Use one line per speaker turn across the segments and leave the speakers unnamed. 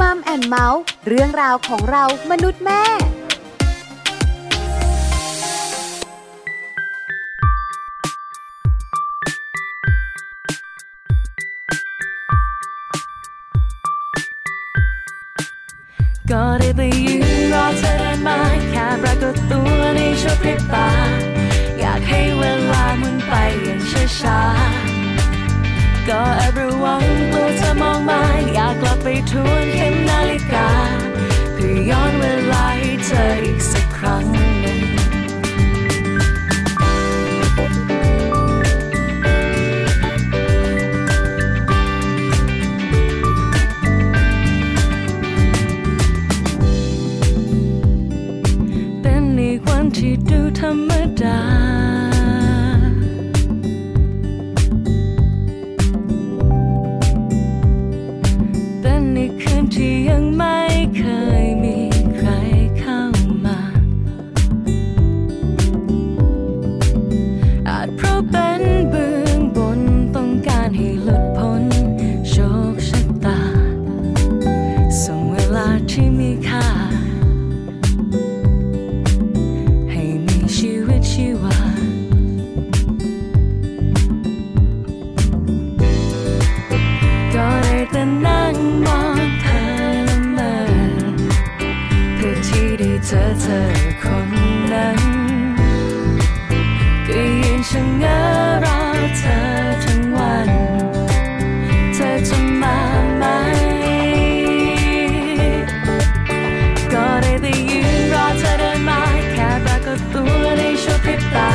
มัมแอนเมาส์เรื่องราวของเรามนุษย์แม่
ก็ได้ไปยืนรอเธอได้ไหมาแค่ปรากฏตัวในชั่วพริบตา อยากให้เวลาหมุนไปอย่างช้าๆก็แอบระวังตัวเธอมองมาอยากกลับไปทวนเข็มนาฬิกา เพื่อย้อนเวลาให้เธออีกสักครั้งหนึ่ง เป็นอีกวันที่ดูธรรมดา เป็นอีกคืนที่ยังไม่เคยมีใครเข้ามา อาจเพราะเป็นเบื้องบนต้องการให้หลุดพ้นโชคชะตา ส่งเวลาที่มีค่า ให้มีชีวิตชีวา ก็ได้แต่นั่งมองเธอละเมอเพื่อที่ได้เจอเธอคนนั้น ก็ยืนชะเง้อรอเธอทั้งวัน เธอจะมาไหม ก็ได้แต่ยืนรอเธอเดินมาแค่ปรากฏตัวในชั่วพริบตา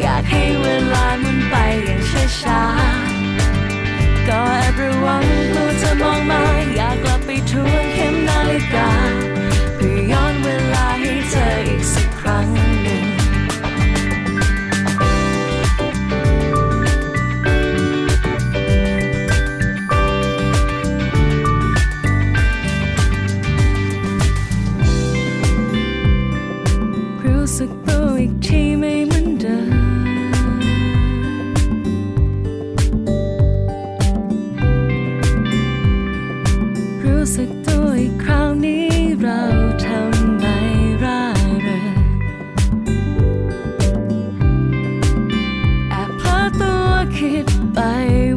อยากให้เวลาหมุนไปอย่างช้าๆก็แอบระวังตัวเธอมองมาอยากกลับไปทวนเข็มนาฬิกา เพื่อย้อนเวลาให้เธออีกสักครั้งหนึ่ง รู้สึกตัวอีกทีไม่เหมือนเดิม รู้สึกตัวอีกคราวนี้เราทำไมร่าเริงแอบพาตัวคิดไป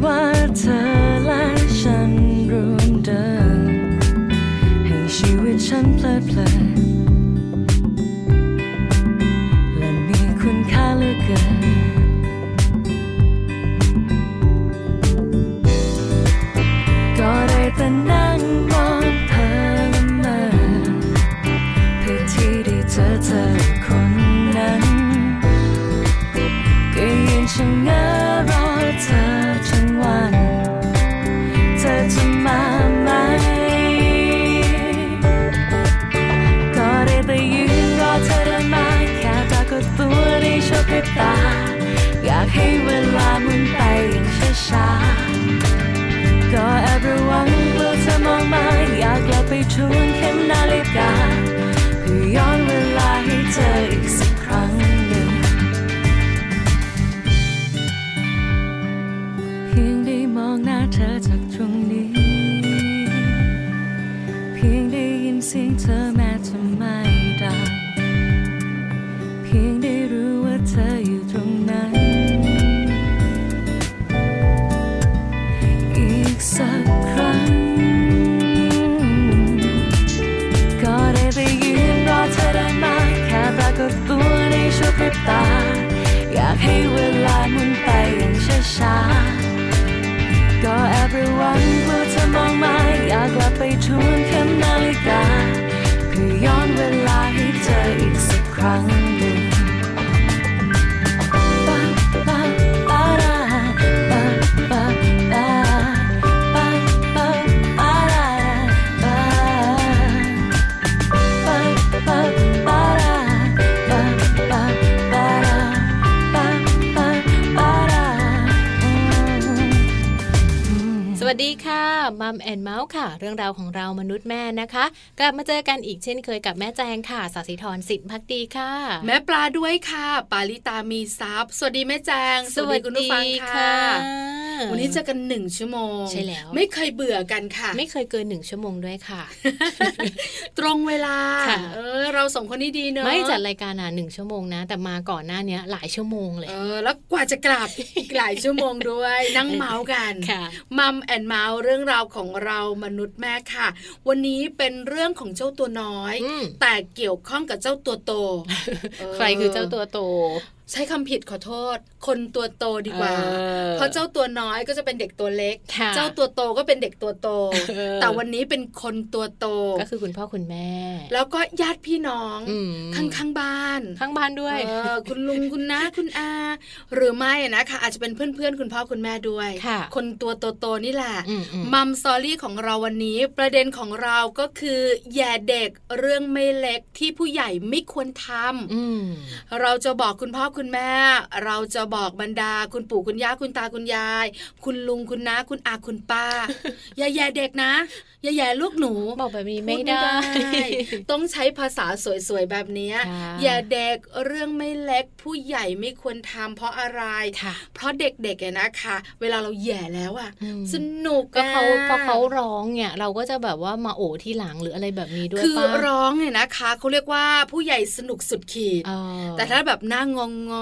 ว่าเธอและฉันรวมเดิน ให้ชีวิตฉันเพลิดเพลิน และมีคุณค่าเหลือเกิน ก็ได้แต่นั่งมองเธอละเมอเพื่อที่ได้เจอเธอคนนั้น ก็ยืนชะเง้อรอเธอทั้งวัน เธอจะมาไหม ก็ได้แต่ยืนรอเธอเดินมาแค่ปรากฏตัวในชั่วพริบตา อยากให้เวลาหมุนไปอย่างช้าๆก็แอบระวังเมื่อเธอมองมาอยากกลับไปทวนเข็มนาฬิกาเพื่อย้อนเวลาให้เธออีกสักครั้งหนึ่ง เพียงได้มองหน้าเธอจากตรงนี้ เพียงได้ยินเสียงเธอแม้จะไม่ดังเพียงได้รู้ว่าเธออยู่ตรงนั้น อีกสักครั้ง
มัมแอนเมาส์ค่ะ เรื่องราวของเรามนุษย์แม่นะคะ กลับมาเจอกันอีกเช่นเคยกับแม่แจงค่ะสาสิธรสินพักดีค่ะ
แม่ปลาด้วยค่ะ ปาลิตามีซับสวัสดีแม่แจง
สวัส
คุณ
ดี
ผู้ฟัง
ค่ะ
วันนี้เจอกันหนึ่งชั่วโมง
ใช่แล้ว
ไม่เคยเบื่อกันค่ะ
ไม่เคยเกินหนึ่งชั่วโมงด้วยค่ะ
ตรงเวลา
ค่ะ
เออ เราสองคนนี่ดีเนอะ
ไม่จัดรายการอ่ะหนึ่งชั่วโมงนะ แต่มาก่อนหน้าเนี้ยหลายชั่วโมงเลย
เออ แล้วกว่าจะกลับ อีกหลายชั่วโมงด้วย นั่งเมาส์กัน
ค่ะ
มัมแอนเมาส์เรื่องราวของเรามนุษย์แม่ค่ะ วันนี้เป็นเรื่องของเจ้าตัวน้อย
อืม
แต่เกี่ยวข้องกับเจ้าตัว โตเออ
ใครคือเจ้าตัวโต
ใช้คำผิดขอโทษ คนตัวโตดีกว่า
ออ
เพราะเจ้าตัวน้อยก็จะเป็นเด็กตัวเล็ก
ค่ะ
เจ้าตัวโตก็เป็นเด็กตัวโต
เออ
แต่วันนี้เป็นคนตัวโต
ก็คือคุณพ่อคุณแม่
แล้วก็ญาติพี่น้อง
อืม
ข้างข้างๆบ้าน
ข้างบ้านด้วย
เออคุณลุงคุณน้าคุณอา หรือไม่อะนะคะอาจจะเป็นเพื่อนเพื่อนๆคุณพ่อคุณแม่ด้วย
ค่ะ
คนตัวโตๆนี่แหละ
อือื
มัมซอรี่ของเราวันนี้ ประเด็นของเราก็คือแย่เด็กเรื่องไม่เล็กที่ผู้ใหญ่ไม่ควรทำ
อืม
เราจะบอกคุณพ่อคุณแม่ เราจะบอกบรรดา คุณปู่คุณย่าคุณตาคุณยาย คุณลุงคุณน้าคุณอาคุณ ป้า อย่าแย่เด็กนะอย่าแย่ลูกหนู
บอกแบบนี้
พู
ไม่ได้
ต้องใช้ภาษาสวยๆแบบเนี้ย
ค่ะ
อย่าเด็กเรื่องไม่เล็กผู้ใหญ่ไม่ควรทำเพราะอะไร
ค่ะ
เพราะเด็กๆเนี่ยนะคะ เวลาเราแย่แล้วอะ
อืม
สนุก
ก็เขา
ะ
พอเขาร้องเนี่ย เราก็จะแบบว่ามาโอที่หลังหรืออะไรแบบนี้ด้วย
คือ
ป่ะ
ร้องเนี่ยนะคะเขาเรียกว่าผู้ใหญ่สนุกสุดขีด
เออ
แต่ถ้าแบบหน้างองง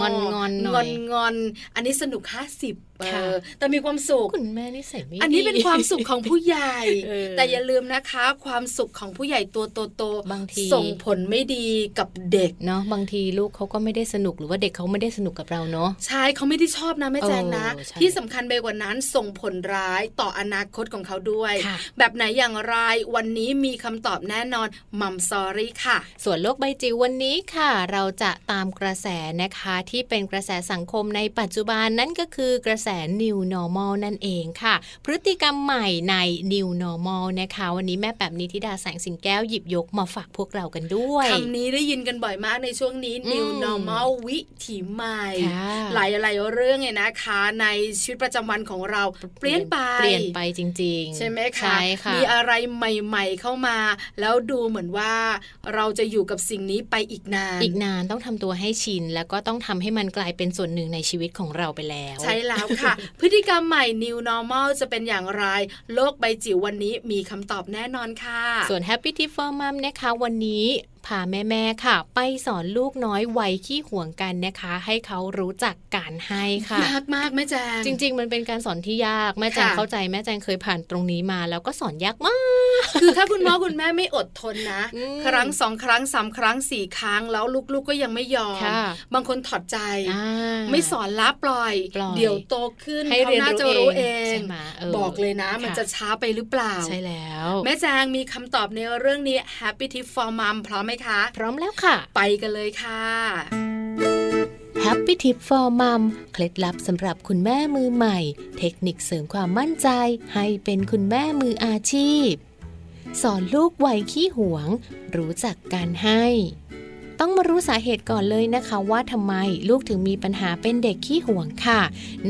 งอนๆหน่
งอ
อย
นงอนอันนี้สนุกห้าสิบ
ค่ะ
แต่มีความสุข
คุณแม่นี่ใส่ไม่ดี
อันนี้เป็นความสุขของผู้ใหญ่
เออ
แต่อย่าลืมนะคะ ความสุขของผู้ใหญ่ตัวโตๆ
บางที
ส่งผลไม่ดีกับเด็ก
เนาะบางทีลูกเขาก็ไม่ได้สนุกหรือว่าเด็กเขาไม่ได้สนุกกับเราเนาะ
ใช่เขาไม่ได้ชอบนะแม่แจงนะ
เออใช่
ที่สำคัญไปกว่านั้นส่งผลร้ายต่ออนาคตของเขาด้วย
ค่ะ
แบบไหนอย่างไรวันนี้มีคำตอบแน่นอนมัมซอรี่ค่ะ
ส่วนโลกใบจิ๋ววันนี้ค่ะ เราจะตามกระแสนะคะที่เป็นกระแสสังคมในปัจจุบันนั่นก็คือกระแส new normal นั่นเองค่ะ พฤติกรรมใหม่ใน new normal นะคะ วันนี้แม่แบบนิธิดาแสงสิงแก้วหยิบยกมาฝากพวกเรากันด้วย
คำนี้ได้ยินกันบ่อยมากในช่วงนี้
อืม
new normal วิถีใหม่
ค่ะ
หลายหลายๆเรื่องเนี่ยนะคะ ในชีวิตประจำวันของเราเปลี่ยนไป
เปลี่ยนไปจริงๆ
ใช่ไหม
ใช่
คะ
ค่ะ
มีอะไรใหม่ ๆ เข้ามา แล้วดูเหมือนว่า เราจะอยู่กับสิ่งนี้ไปอีกนาน
อีกนานต้องทำตัวให้ชิน แล้วก็ต้องทำให้มันกลายเป็นส่วนหนึ่งในชีวิตของเราไปแล้ว
ใช่แล้วค่ะ พฤติกรรมใหม่ new normal จะเป็นอย่างไร โลกใบจิ๋ววันนี้มีคำตอบแน่นอนค่ะ
ส่วน Happy Tip for Mom นะคะ วันนี้พาแม่ ๆ ค่ะ ไปสอนลูกน้อยวัยขี้ห่วงกันนะคะ ให้เขารู้จักการให้ค่ะ
ยากมากแม่แจง
จริง ๆ มันเป็นการสอนที่ยาก แม่แจง
ค่ะ
เข้าใจแม่แจงเคยผ่านตรงนี้มา แล้วก็สอนยากมาก
คือถ้าคุณพ่อคุณแม่ไม่อดทนนะ
อืม
ครั้งสองครั้งสามครั้งสี่ครั้งแล้วลูกๆก็ยังไม่ยอม
ค่ะ
บางคนถอดใจ
อ่า
ไม่สอนละปล่อย
ปล่อย
เดี๋ยวโตขึ้น
ให้
เขา
เรียน
น่าจะ
รู้
รู้
เอ
เอง ง
ใช่ไหมออ
บอกเลยนะ มัน
ค่
จะช้าไปหรือเปล่า
ใช่แล้ว
แม่แจงมีคำตอบในเรื่องนี้ Happy Tip for Mom พร้อมไหมคะ
พร้อมแล้วค่ะ
ไปกันเลยค่ะ
Happy Tip for Mom เคล็ดลับสำหรับคุณแม่มือใหม่ เทคนิคเสริมความมั่นใจ ให้เป็นคุณแม่มืออาชีพ สอนลูกวัยขี้หวง รู้จักการให้ ต้องมารู้สาเหตุก่อนเลยนะคะว่าทำไมลูกถึงมีปัญหาเป็นเด็กขี้หวงค่ะ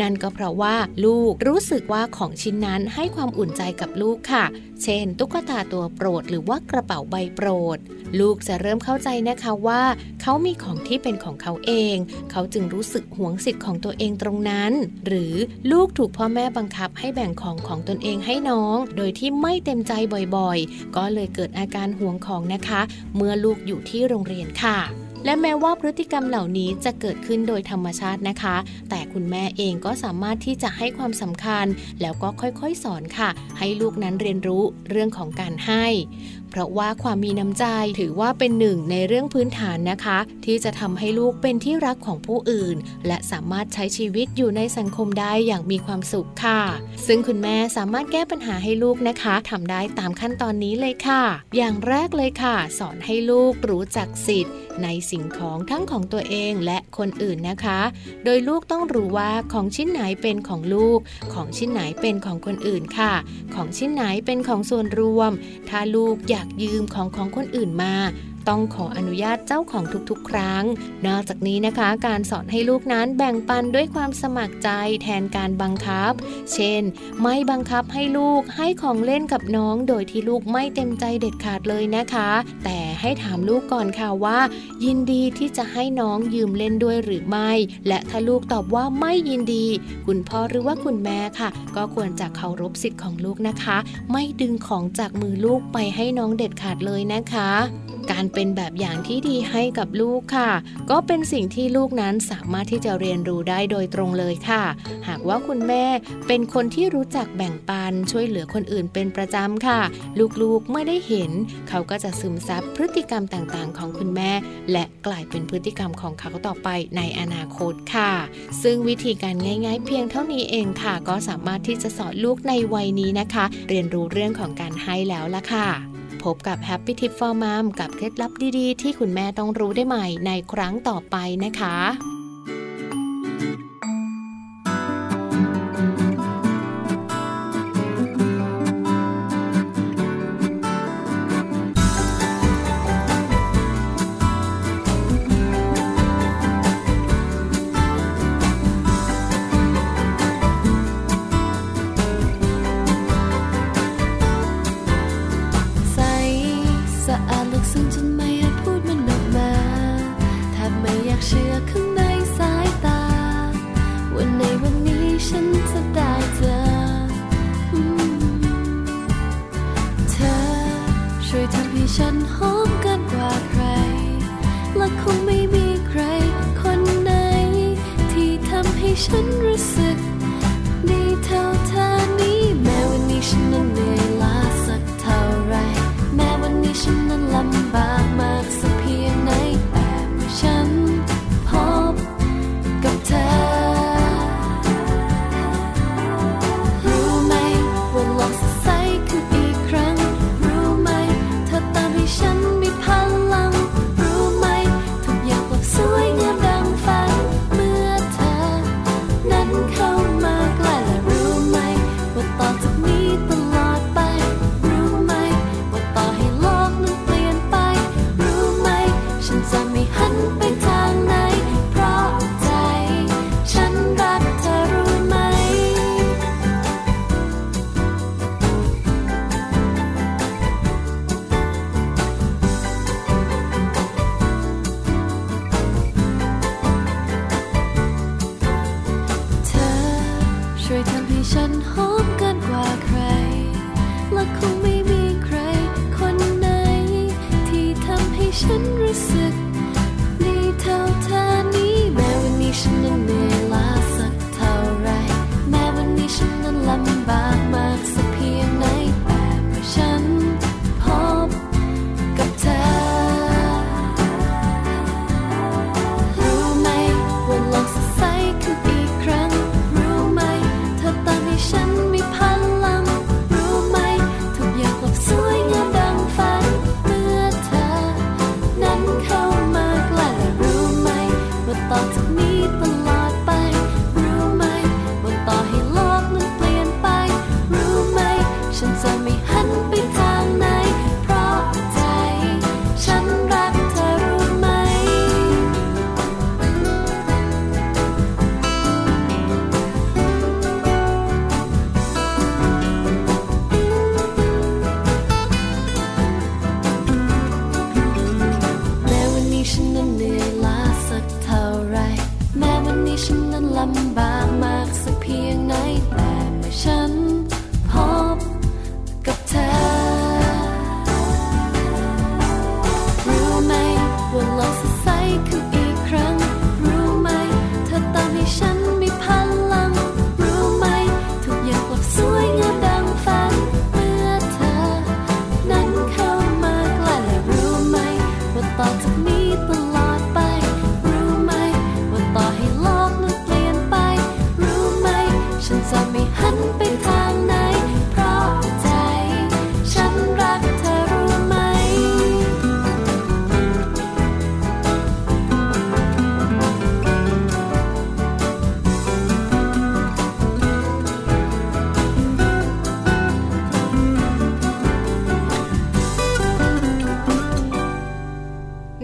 นั่นก็เพราะว่าลูกรู้สึกว่าของชิ้นนั้นให้ความอุ่นใจกับลูกค่ะ เช่น ตุ๊กตาตัวโปรดหรือว่ากระเป๋าใบโปรด ลูกจะเริ่มเข้าใจนะคะว่า เขามีของที่เป็นของเขาเอง เขาจึงรู้สึกหวงสิทธิ์ของตัวเองตรงนั้น หรือลูกถูกพ่อแม่บังคับให้แบ่งของของตนเองให้น้อง โดยที่ไม่เต็มใจบ่อยๆ ก็เลยเกิดอาการหวงของนะคะ เมื่อลูกอยู่ที่โรงเรียนค่ะ และแม้ว่าพฤติกรรมเหล่านี้จะเกิดขึ้นโดยธรรมชาตินะคะ แต่คุณแม่เองก็สามารถที่จะให้ความสำคัญ แล้วก็ค่อยๆ สอนค่ะ ให้ลูกนั้นเรียนรู้เรื่องของการให้ เพราะว่าความมีน้ำใจถือว่าเป็นหนึ่งในเรื่องพื้นฐานนะคะ ที่จะทำให้ลูกเป็นที่รักของผู้อื่น และสามารถใช้ชีวิตอยู่ในสังคมได้อย่างมีความสุขค่ะ ซึ่งคุณแม่สามารถแก้ปัญหาให้ลูกนะคะทำได้ตามขั้นตอนนี้เลยค่ะ อย่างแรกเลยค่ะ สอนให้ลูกรู้จักสิทธิ์ ในสิ่งของทั้งของตัวเองและคนอื่นนะคะ โดยลูกต้องรู้ว่าของชิ้นไหนเป็นของลูก ของชิ้นไหนเป็นของคนอื่นค่ะ ของชิ้นไหนเป็นของส่วนรวม ถ้าลูกอยากยืมของของคนอื่นมา ต้องขออนุญาตเจ้าของทุกๆ ครั้ง นอกจากนี้นะคะ การสอนให้ลูกนั้นแบ่งปันด้วยความสมัครใจแทนการบังคับ เช่น ไม่บังคับให้ลูกให้ของเล่นกับน้องโดยที่ลูกไม่เต็มใจเด็ดขาดเลยนะคะ แต่ให้ถามลูกก่อนค่ะว่า ยินดีที่จะให้น้องยืมเล่นด้วยหรือไม่ และถ้าลูกตอบว่าไม่ยินดี คุณพ่อหรือว่าคุณแม่ค่ะ ก็ควรจะเคารพสิทธิ์ของลูกนะคะ ไม่ดึงของจากมือลูกไปให้น้องเด็ดขาดเลยนะคะ การเป็นแบบอย่างที่ดีให้กับลูกค่ะ ก็เป็นสิ่งที่ลูกนั้นสามารถที่จะเรียนรู้ได้โดยตรงเลยค่ะ หากว่าคุณแม่เป็นคนที่รู้จักแบ่งปันช่วยเหลือคนอื่นเป็นประจำค่ะ ลูกๆเมื่อได้เห็น เขาก็จะซึมซับพฤติกรรมต่างๆ ของคุณแม่ และกลายเป็นพฤติกรรมของเขาต่อไปในอนาคตค่ะ ซึ่งวิธีการง่าย ๆ เพียงเท่านี้เองค่ะ ก็สามารถที่จะสอนลูกในวัยนี้นะคะ เรียนรู้เรื่องของการให้แล้วล่ะค่ะ พบกับ Happy Tip for Mom กับเคล็ดลับดีๆ ที่คุณแม่ต้องรู้ได้ใหม่ในครั้งต่อไปนะคะ
ใสสะอาดลึกซึ้งจนไม่อาจพูดมันออกมาแทบไม่อยากเชื่อข้างในสายตา วันในวันนี้ฉันจะได้เจออืมเธอช่วยทำให้ฉันหอมเกินกว่าใคร และคงไม่มีใครคนไหน ที่ทำให้ฉันรู้สึก ดีเท่าเธอนี้แม้วันนี้ฉันนั้นเหนื่อยล้าสักเท่าไหรแม้วันนี้ฉันนั้นลำบากมากสักเพียงไหนแต่เมื่อฉันพบกับเธอ รู้ไหมว่าโลกสดใสขึ้นอีกครั้ง รู้ไหมเธอตามให้ฉันมีพลัง รู้ไหมทุกอย่างกลับสวยงามดังฝันเมื่อเธอ นั้นเข้ามาใกล้และรู้ไหม ว่าต่อจากนี้ตลอดไป รู้ไหม ว่าต่อให้โลกนั้นเปลี่ยนไป รู้ไหม ฉันจะไม่หันไปทางไหน เพราะใจ ฉันรักเธอรู้ไหม เธอช่วยทำให้ฉันหอมเกินกว่าใคร และคงไม่มีใครคนไหน ที่ทำให้ฉันรู้สึก ดีเท่าเธอนี้ แม้วันนี้ฉันนั้นเหนื่อยล้าสักเท่าไหรแม้วันนี้ฉันนั้นลำบากมากสักเพียงไหนแต่เมื่อฉันพบกับเธอ รู้ไหมว่าโลกสดใสขึ้นอีกครั้ง รู้ไหม เธอตามให้ฉันมีพลัง รู้ไหม ทุกอย่างกลับสวยงามดังฝัน เมื่อเธอ นั้นเข้ามาใกล้และรู้ไหม ว่าต่อจากนี้ตลอดไป รู้ไหม ว่าต่อให้โลกนั้นเปลี่ยนไป รู้ไหม ฉันจะไม่หันไปทางไหน เพราะใจ ฉันรักเธอรู้ไหม แม้วันนี้ฉันนั้นเหนื่อยล้าสักเท่าไหรแม้วันนี้ฉันนั้นลำบากมากสักเพียงไหนแต่เมื่อฉันพบกับเธอ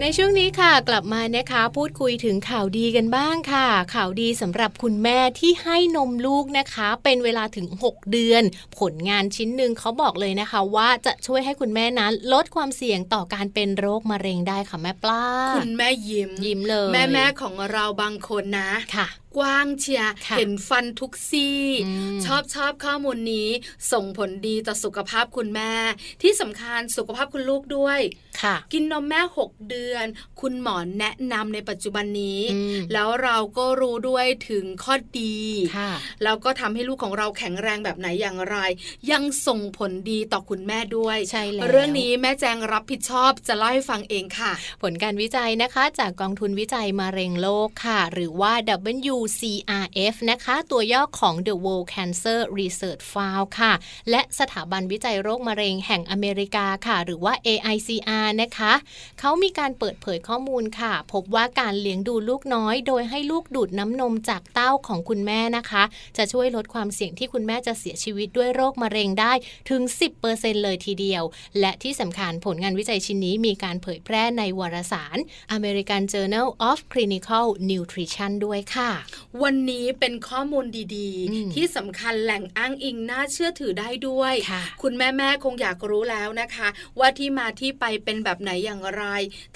ในช่วงนี้ค่ะกลับมานะคะ พูดคุยถึงข่าวดีกันบ้างค่ะ ข่าวดีสำหรับคุณแม่ที่ให้นมลูกนะคะ เป็นเวลาถึง 6 เดือน ผลงานชิ้นหนึ่งเขาบอกเลยนะคะ ว่าจะช่วยให้คุณแม่นั้นลดความเสี่ยงต่อการเป็นโรคมะเร็งได้ค่ะแม่ปลา
คุณแม่ยิ้ม
ยิ้มเลย
แม่แม่ของเราบางคนนะ
ค่ะ
กว้างเชียร์
ค่ะ
เห็นฟันทุกซี่
อืม
ชอบชอบข้อมูลนี้ ส่งผลดีต่อสุขภาพคุณแม่ ที่สำคัญสุขภาพคุณลูกด้วย
ค่ะ
กินนมแม่ 6 เดือน คุณหมอแนะนำในปัจจุบันนี้
อืม
แล้วเราก็รู้ด้วยถึงข้อดี
ค่ะ
แล้วก็ทำให้ลูกของเราแข็งแรงแบบไหนอย่างไร ยังส่งผลดีต่อคุณแม่ด้วย
ใช่แล้ว
เรื่องนี้แม่แจงรับผิดชอบจะเล่าให้ฟังเองค่ะ
ผลการวิจัยนะคะจากกองทุนวิจัยมะเร็งโลกค่ะ หรือว่า WCRF นะคะ ตัวย่อของ The World Cancer Research Fund ค่ะ และสถาบันวิจัยโรคมะเร็งแห่งอเมริกาค่ะ หรือว่า AICR นะคะ เขามีการเปิดเผยข้อมูลค่ะ พบว่าการเลี้ยงดูลูกน้อย โดยให้ลูกดูดน้ำนมจากเต้าของคุณแม่นะคะ จะช่วยลดความเสี่ยงที่คุณแม่จะเสียชีวิตด้วยโรคมะเร็งได้ถึง 10%เลยทีเดียว และที่สำคัญผลงานวิจัยชิ้นนี้มีการเผยแพร่ในวารสาร American Journal of Clinical Nutrition ด้วยค่ะ
วันนี้เป็นข้อมูลดี
อืม
ๆ ที่สำคัญแหล่งอ้างอิงน่าเชื่อถือได้ด้วย
ค่ะ
คุณแม่แม่ๆคงอยากรู้แล้วนะคะ ว่าที่มาที่ไปเป็นแบบไหนอย่างไร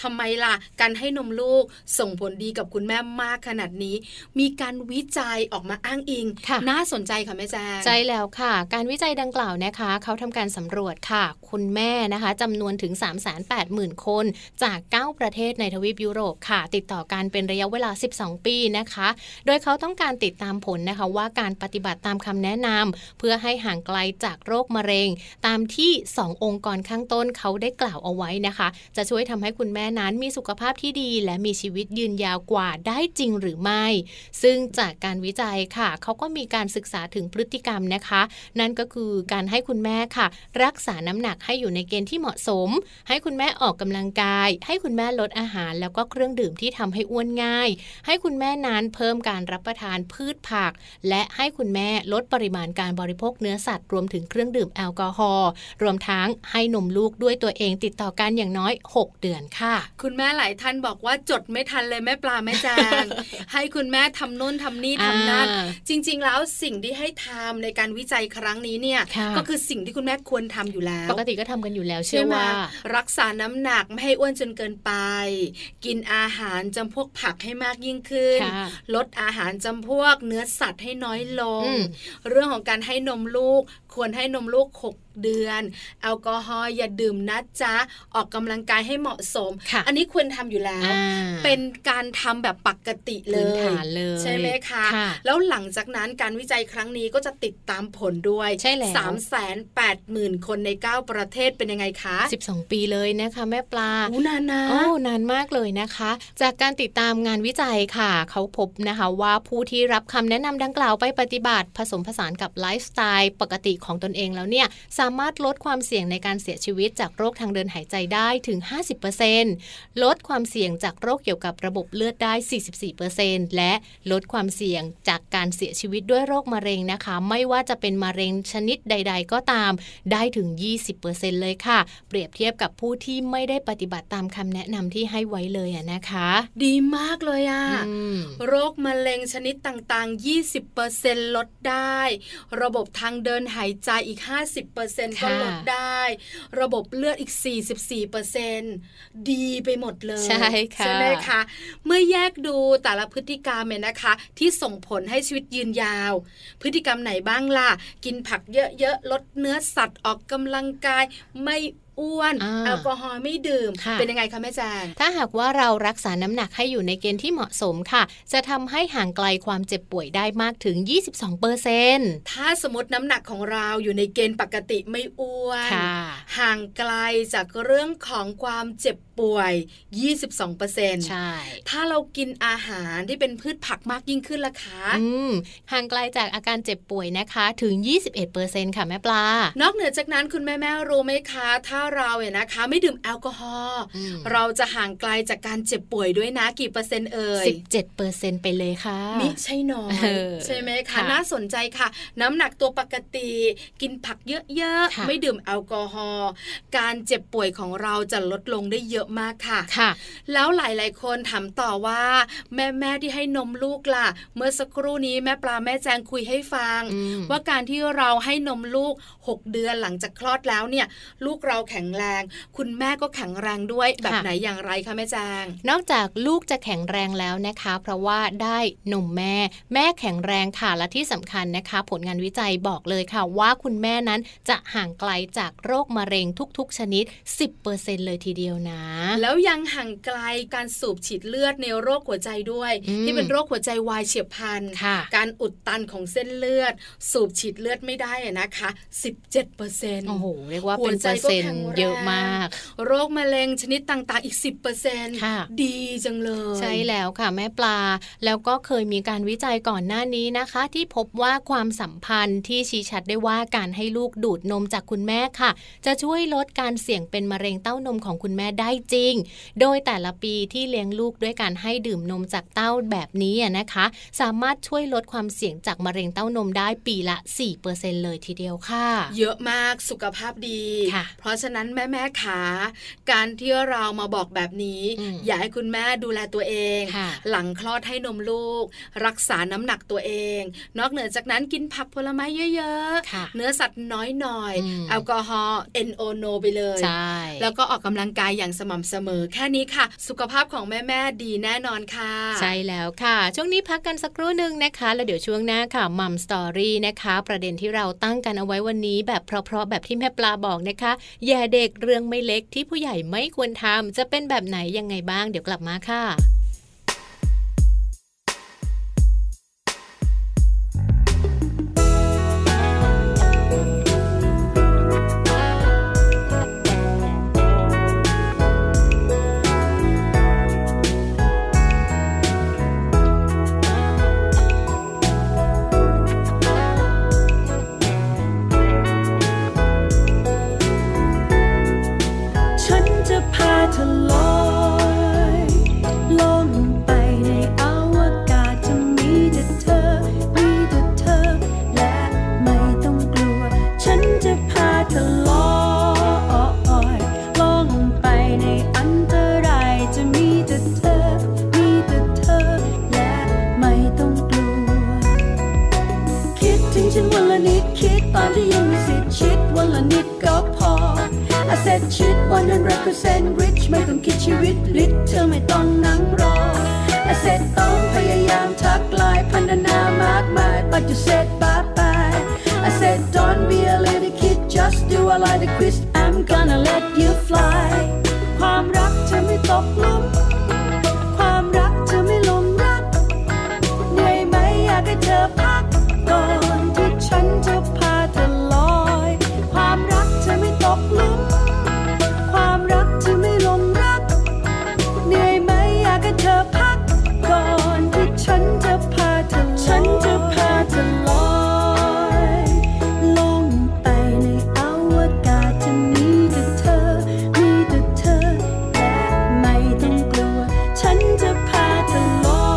ทำไมล่ะ การให้นมลูกส่งผลดีกับคุณแม่มากขนาดนี้ มีการวิจัยออกมาอ้างอิง
ค่ะ
น่าสนใจค่ะแม่แจง
ใช่แล้วค่ะ การวิจัยดังกล่าวนะคะ เขาทำการสำรวจค่ะ คุณแม่นะคะจำนวนถึง 380,000 คน จาก 9 ประเทศในทวีปยุโรปค่ะ ติดต่อกันเป็นระยะเวลา 12 ปีนะคะ โดยเขาต้องการติดตามผลนะคะว่าการปฏิบัติตามคำแนะนำเพื่อให้ห่างไกลจากโรคมะเร็ง ตามที่ 2 องค์กรข้างต้นเขาได้กล่าวเอาไว้นะคะ จะช่วยทำให้คุณแม่นั้นมีสุขภาพที่ดี และมีชีวิตยืนยาวกว่าได้จริงหรือไม่ ซึ่งจากการวิจัยค่ะ เขาก็มีการศึกษาถึงพฤติกรรมนะคะ นั่นก็คือการให้คุณแม่ค่ะ รักษาน้ำหนักให้อยู่ในเกณฑ์ที่เหมาะสม ให้คุณแม่ออกกำลังกาย ให้คุณแม่ลดอาหาร แล้วก็เครื่องดื่มที่ทำให้อ้วนง่าย ให้คุณแม่นั้นเพิ่มการรับประทานพืชผัก และให้คุณแม่ลดปริมาณการบริโภคเนื้อสัตว์รวมถึงเครื่องดื่มแอลกอฮอล์รวมทั้งให้นมลูกด้วยตัวเองติดต่อกันอย่างน้อย 6 เดือนค่ะ
คุณแม่หลายท่านบอกว่าจดไม่ทันเลยแม่ปลาแม่แจง ให้คุณแม่ทำโน่นทำนี่ทำนั่น
อ่า
จริง ๆ แล้วสิ่งที่ให้ทำในการวิจัยครั้งนี้เนี่ย
ค่ะ
ก็คือสิ่งที่คุณแม่ควรทำอยู่แล้ว
ปกติก็ทำกันอยู่แล้วเชื่
ใช่
อ
ไหม
ว่า
รักษาน้ำหนักไม่ให้อ้วนจนเกินไป กินอาหารจำพวกผักให้มากยิ่งขึ้น
ค่ะ
ลดอาหารจำพวกเนื้อสัตว์ให้น้อยลง
อืม
เรื่องของการให้นมลูก ควรให้นมลูก 6 เดือน แอลกอฮอล์อย่าดื่มนะจ๊ะ ออกกำลังกายให้เหมาะสม
ค่ะ
อันนี้ควรทำอยู่แล้ว
อ่า
เป็นการทำแบบปกติเล
พื้น
ย
ฐานเลย
ใช่ไหมคะ
ค่ะ
แล้วหลังจากนั้นการวิจัยครั้งนี้ก็จะติดตามผลด้วย
ใช่แล้ว
สามแสนแปดหมื่นคนใน 9 ประเทศเป็นยังไงคะ
12 ปีเลยนะคะ แม่ปลา
อู้นานนะ
โอ้นานมากเลยนะคะ จากการติดตามงานวิจัยค่ะ เขาพบนะคะว่าผู้ที่รับคำแนะนำดังกล่าวไปปฏิบัติ ผสมผสานกับไลฟ์สไตล์ปกติของตนเองแล้วเนี่ย สามารถลดความเสี่ยงในการเสียชีวิตจากโรคทางเดินหายใจได้ถึง 50%ลดความเสี่ยงจากโรคเกี่ยวกับระบบเลือดได้ 44%และลดความเสี่ยงจากการเสียชีวิตด้วยโรคมะเร็งนะคะ ไม่ว่าจะเป็นมะเร็งชนิดใด ๆ ก็ตาม ได้ถึง 20%เลยค่ะ เปรียบเทียบกับผู้ที่ไม่ได้ปฏิบัติตามคำแนะนำที่ให้ไว้เลยอะนะคะ
ดีมากเลยอะ
อืม
โรคมะเร็งชนิดต่างๆ 20%ลดได้ ระบบทางเดินหายใจอีก 50%ก็
ค่ะ
ลดได้ ระบบเลือดอีก 44%ดีไปหมดเลย
ใช่ค่ะ
ใช่ไหมคะ เมื่อแยกดูแต่ละพฤติกรรมเนี่ยนะคะ ที่ส่งผลให้ชีวิตยืนยาว พฤติกรรมไหนบ้างล่ะ กินผักเยอะๆ ลดเนื้อสัตว์ออกกำลังกาย ไม่อ้วน
อ่า
แอลกอฮอล์ไม่ดื่ม
ค่ะ
เป็นยังไงคะแม่แจง
ถ้าหากว่าเรารักษาน้ำหนักให้อยู่ในเกณฑ์ที่เหมาะสมค่ะ จะทำให้ห่างไกลความเจ็บป่วยได้มากถึง 22%เปอร์เซ็นต์
ถ้าสมมติน้ำหนักของเราอยู่ในเกณฑ์ปกติไม่อ้วน
ค่ะ
ห่างไกลจากเรื่องของความเจ็บป่วย 22%
ใช่
ถ้าเรากินอาหารที่เป็นพืชผักมากยิ่งขึ้นล่ะคะ
อืมห่างไกลจากอาการเจ็บป่วยนะคะถึง 21%ค่ะแม่ปลาน
อกเหนือจากนั้นคุณแม่แม่ๆรู้ไหมคะ ถ้าเราเนี่ยนะคะ ไม่ดื่มแอลกอฮอล์
อืม
เราจะห่างไกลจากการเจ็บป่วยด้วยนะกี่เปอร์เซ็นต์เอ่ย
17%ไปเลยค่ะ
มิใช่น้อย
เออ
ใช่ไหมคะ
ค่ะ
น่าสนใจค่ะ น้ำหนักตัวปกติ กินผักเยอะ
ค่ะ
ๆ ไม่ดื่มแอลกอฮอล์การเจ็บป่วยของเราจะลดลงได้เยอะ อะมากค่ะ
ค่ะ
แล้วหลายๆ คนถามต่อว่า แม่แม่ๆที่ให้นมลูกล่ะ เมื่อสักครู่นี้แม่ปลาแม่แจงคุยให้ฟัง
อืม
ว่าการที่เราให้นมลูก 6 เดือนหลังจากคลอดแล้วเนี่ย ลูกเราแข็งแรง คุณแม่ก็แข็งแรงด้วยแบบ
ค่ะ
ไหนอย่างไรคะแม่แจง
นอกจากลูกจะแข็งแรงแล้วนะคะ เพราะว่าได้นมแม่ แม่แข็งแรงค่ะและที่สำคัญนะคะ ผลงานวิจัยบอกเลยค่ะ ว่าคุณแม่นั้นจะห่างไกลจากโรคมะเร็งทุกๆ ชนิด 10%เลยทีเดียวนะ
แล้วยังห่างไกลการสูบฉีดเลือดในโรคหัวใจด้วย
อืม
ที่เป็นโรคหัวใจวายเฉียบพลัน
ค่ะ
การอุดตันของเส้นเลือด สูบฉีดเลือดไม่ได้อะนะคะ 17เปอร์เซ็นต์
โอ้โห เรียกว่า
หั
เป็
วน ใจ
เปอร์
ก็
เซ็น
แข็ง
ต์
แรง
เยอะมาก
โรคมะเร็งชนิดต่างๆ อีก 10เปอร์เซ็นต์
ค่ะ
ดีจังเลย
ใช่แล้วค่ะแม่ปลา แล้วก็เคยมีการวิจัยก่อนหน้านี้นะคะ ที่พบว่าความสัมพันธ์ที่ชี้ชัดได้ว่าการให้ลูกดูดนมจากคุณแม่ค่ะ จะช่วยลดการเสี่ยงเป็นมะเร็งเต้านมของคุณแม่ได้จริง โดยแต่ละปีที่เลี้ยงลูกด้วยการให้ดื่มนมจากเต้าแบบนี้อะนะคะ สามารถช่วยลดความเสี่ยงจากมะเร็งเต้านมได้ปีละ 4%เลยทีเดียวค่ะ
เยอะมากสุขภาพดี
ค่ะ
เพราะฉะนั้นแม่แม่ๆขาการที่เรามาบอกแบบนี้
อืม
อยากให้คุณแม่ดูแลตัวเอง
ค่ะ
หลังคลอดให้นมลูก รักษาน้ำหนักตัวเอง นอกเหนือจากนั้นกินผักผลไม้เยอะๆ
ค่ะ
เนื้อสัตว์น้อยหน่อย
อืม
แอลกอฮอล์ NO no ไปเลย
ใช่
แล้วก็ออกกำลังกายอย่างสม่ำเสมอ แค่นี้ค่ะ สุขภาพของแม่แม่ๆดีแน่นอนค่ะ
ใช่แล้วค่ะ ช่วงนี้พักกันสักครู่หนึ่งนะคะ แล้วเดี๋ยวช่วงหน้าค่ะมัมสตอรี่นะคะ ประเด็นที่เราตั้งกันเอาไว้วันนี้ แบบเพราะๆแบบที่แม่ปลาบอกนะคะอย่าเด็กเรื่องไม่เล็กที่ผู้ใหญ่ไม่ควรทำจะเป็นแบบไหนยังไงบ้างเดี๋ยวกลับมาค่ะ
ฉันจะพาเธอลอยล่องไปในอวกาศจะมีแต่เธอ มีแต่เธอ และไม่ต้องกลัว ฉันจะพาเธอลอยล่องไปในอันตรายจะมีแต่เธอ มีแต่เธอ และไม่ต้องกลัว คิดถึงฉันวันละนิดคิดตอนที่ยังมีสิทธิ์ชิดวันละนิดก็พอ I said shit 100% rich ไม่ต้องคิดชีวิตลิตเธอไม่ต้องนั่งรอ I said ต้องพยายามทักไลายพันนามากมาย but you said bye bye I said don't be a little kid just do a lot of quiz I'm gonna let you fly ความรักเธอไม่ตกหลุมความรักเธอไม่หลงรัก เหนื่อยไหมอยากให้เธอพักก่อนที่ฉันจะพาเธอลอย ความรักเธอไม่ตกหลุมความรักเธอไม่หลงรัก เหนื่อยไหมอยากให้เธอพักก่อนที่ฉันจะพาเธอลอยฉันจะพาเธอลอยลงไปในอวกาศจะมีแต่เธอ มีแต่เธอและไม่ต้องกลัว ฉันจะพาเธอลอ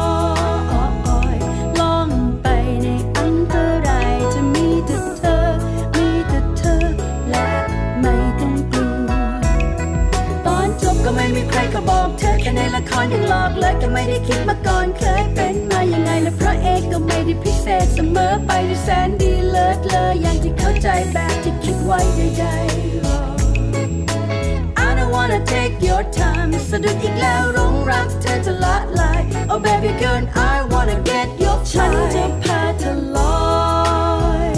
ยล่องไปในอันตรายจะมีแต่เธอ มีแต่เธอและไม่ต้องกลัว ตอนจบก็ไม่มีใครเขาบอกเธอแค่ในละครยังหลอกเลยก็ไม่ได้คิดมาก่อนเคยเป็นมายังไงและพระเอกก็ไม่ได้พิเศษเสมอไปด้วยแสนดีเลิศเลยอย่างที่เข้าใจแบบที่คิดไว้ใดๆ I don't wanna take your time สะดุดอีกแล้วหลงรักเธอจะละลาย Oh baby girl I wanna get your time ฉันจะพาเธอลอย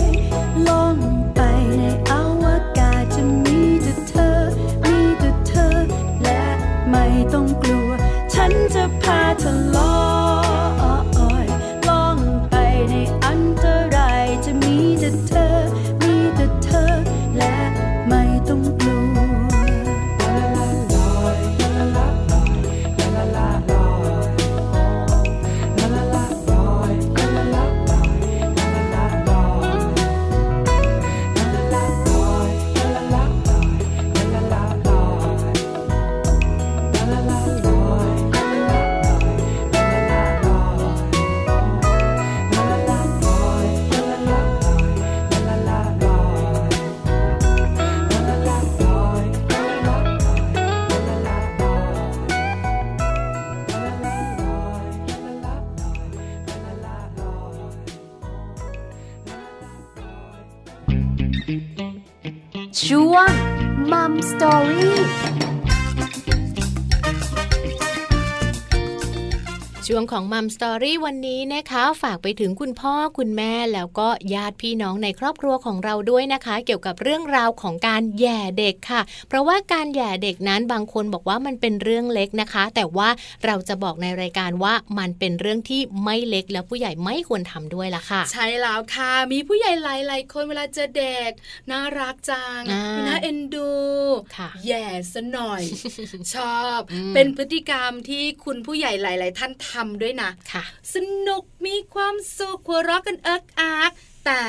ล่องไปในอวกาศจะมีแต่เธอ มีแต่เธอ และไม่ต้องกลัว ฉันจะพาเธอลอยล่องไปในอันตรายจะมีแต่เธอ มีแต่เธอ และไม่ต้องกลัว
la la la la la la la la la
มัมสตอรี่
ช่วงของมัมสตอรี่วันนี้นะคะ ฝากไปถึงคุณพ่อคุณแม่แล้วก็ญาติพี่น้องในครอบครัวของเราด้วยนะคะ เกี่ยวกับเรื่องราวของการแหย่เด็กค่ะ เพราะว่าการแหย่เด็กนั้นบางคนบอกว่ามันเป็นเรื่องเล็กนะคะ แต่ว่าเราจะบอกในรายการว่ามันเป็นเรื่องที่ไม่เล็กและผู้ใหญ่ไม่ควรทำด้วยละค่ะ
ใช่แล้วค่ะ มีผู้ใหญ่หลายๆคนเวลาเจอเด็ก น่ารักจัง
อ่า
น่าเอ็นดู
ค่ะ
แย่ซะหน่อย ชอบ
อืม
เป็นพฤติกรรมที่คุณผู้ใหญ่หลาย ๆ ท่านทำด้วยนะ
ค่ะ
สนุกมีความสุขหัวเราะกันเอิกอากแต่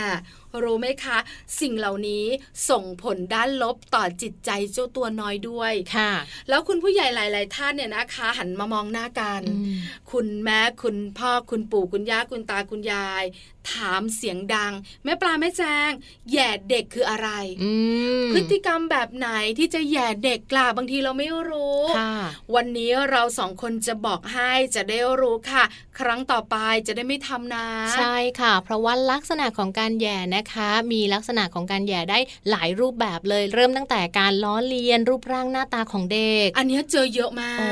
รู้ไหมคะ สิ่งเหล่านี้ส่งผลด้านลบต่อจิตใจเจ้าตัวน้อยด้วย
ค่ะ
แล้วคุณผู้ใหญ่หลาย ๆ ท่านเนี่ยนะคะ หันมามองหน้ากัน คุณแม่คุณพ่อคุณปู่คุณย่าคุณตาคุณยาย ถามเสียงดัง แม่ปลาแม่แจงแหย่เด็กคืออะไร
อืม
พฤติกรรมแบบไหนที่จะแหย่เด็กล่ะบางทีเราไม่รู้
ค่ะ
วันนี้เราสองคนจะบอกให้จะได้รู้ค่ะ ครั้งต่อไปจะได้ไม่ทำนะ
ใช่ค่ะ เพราะว่าลักษณะของการแหย่นะคะ มีลักษณะของการแหย่ได้หลายรูปแบบเลย เริ่มตั้งแต่การล้อเลียนรูปร่างหน้าตาของเด็ก
อันเนี้ยเจอเยอะมาก
โอ้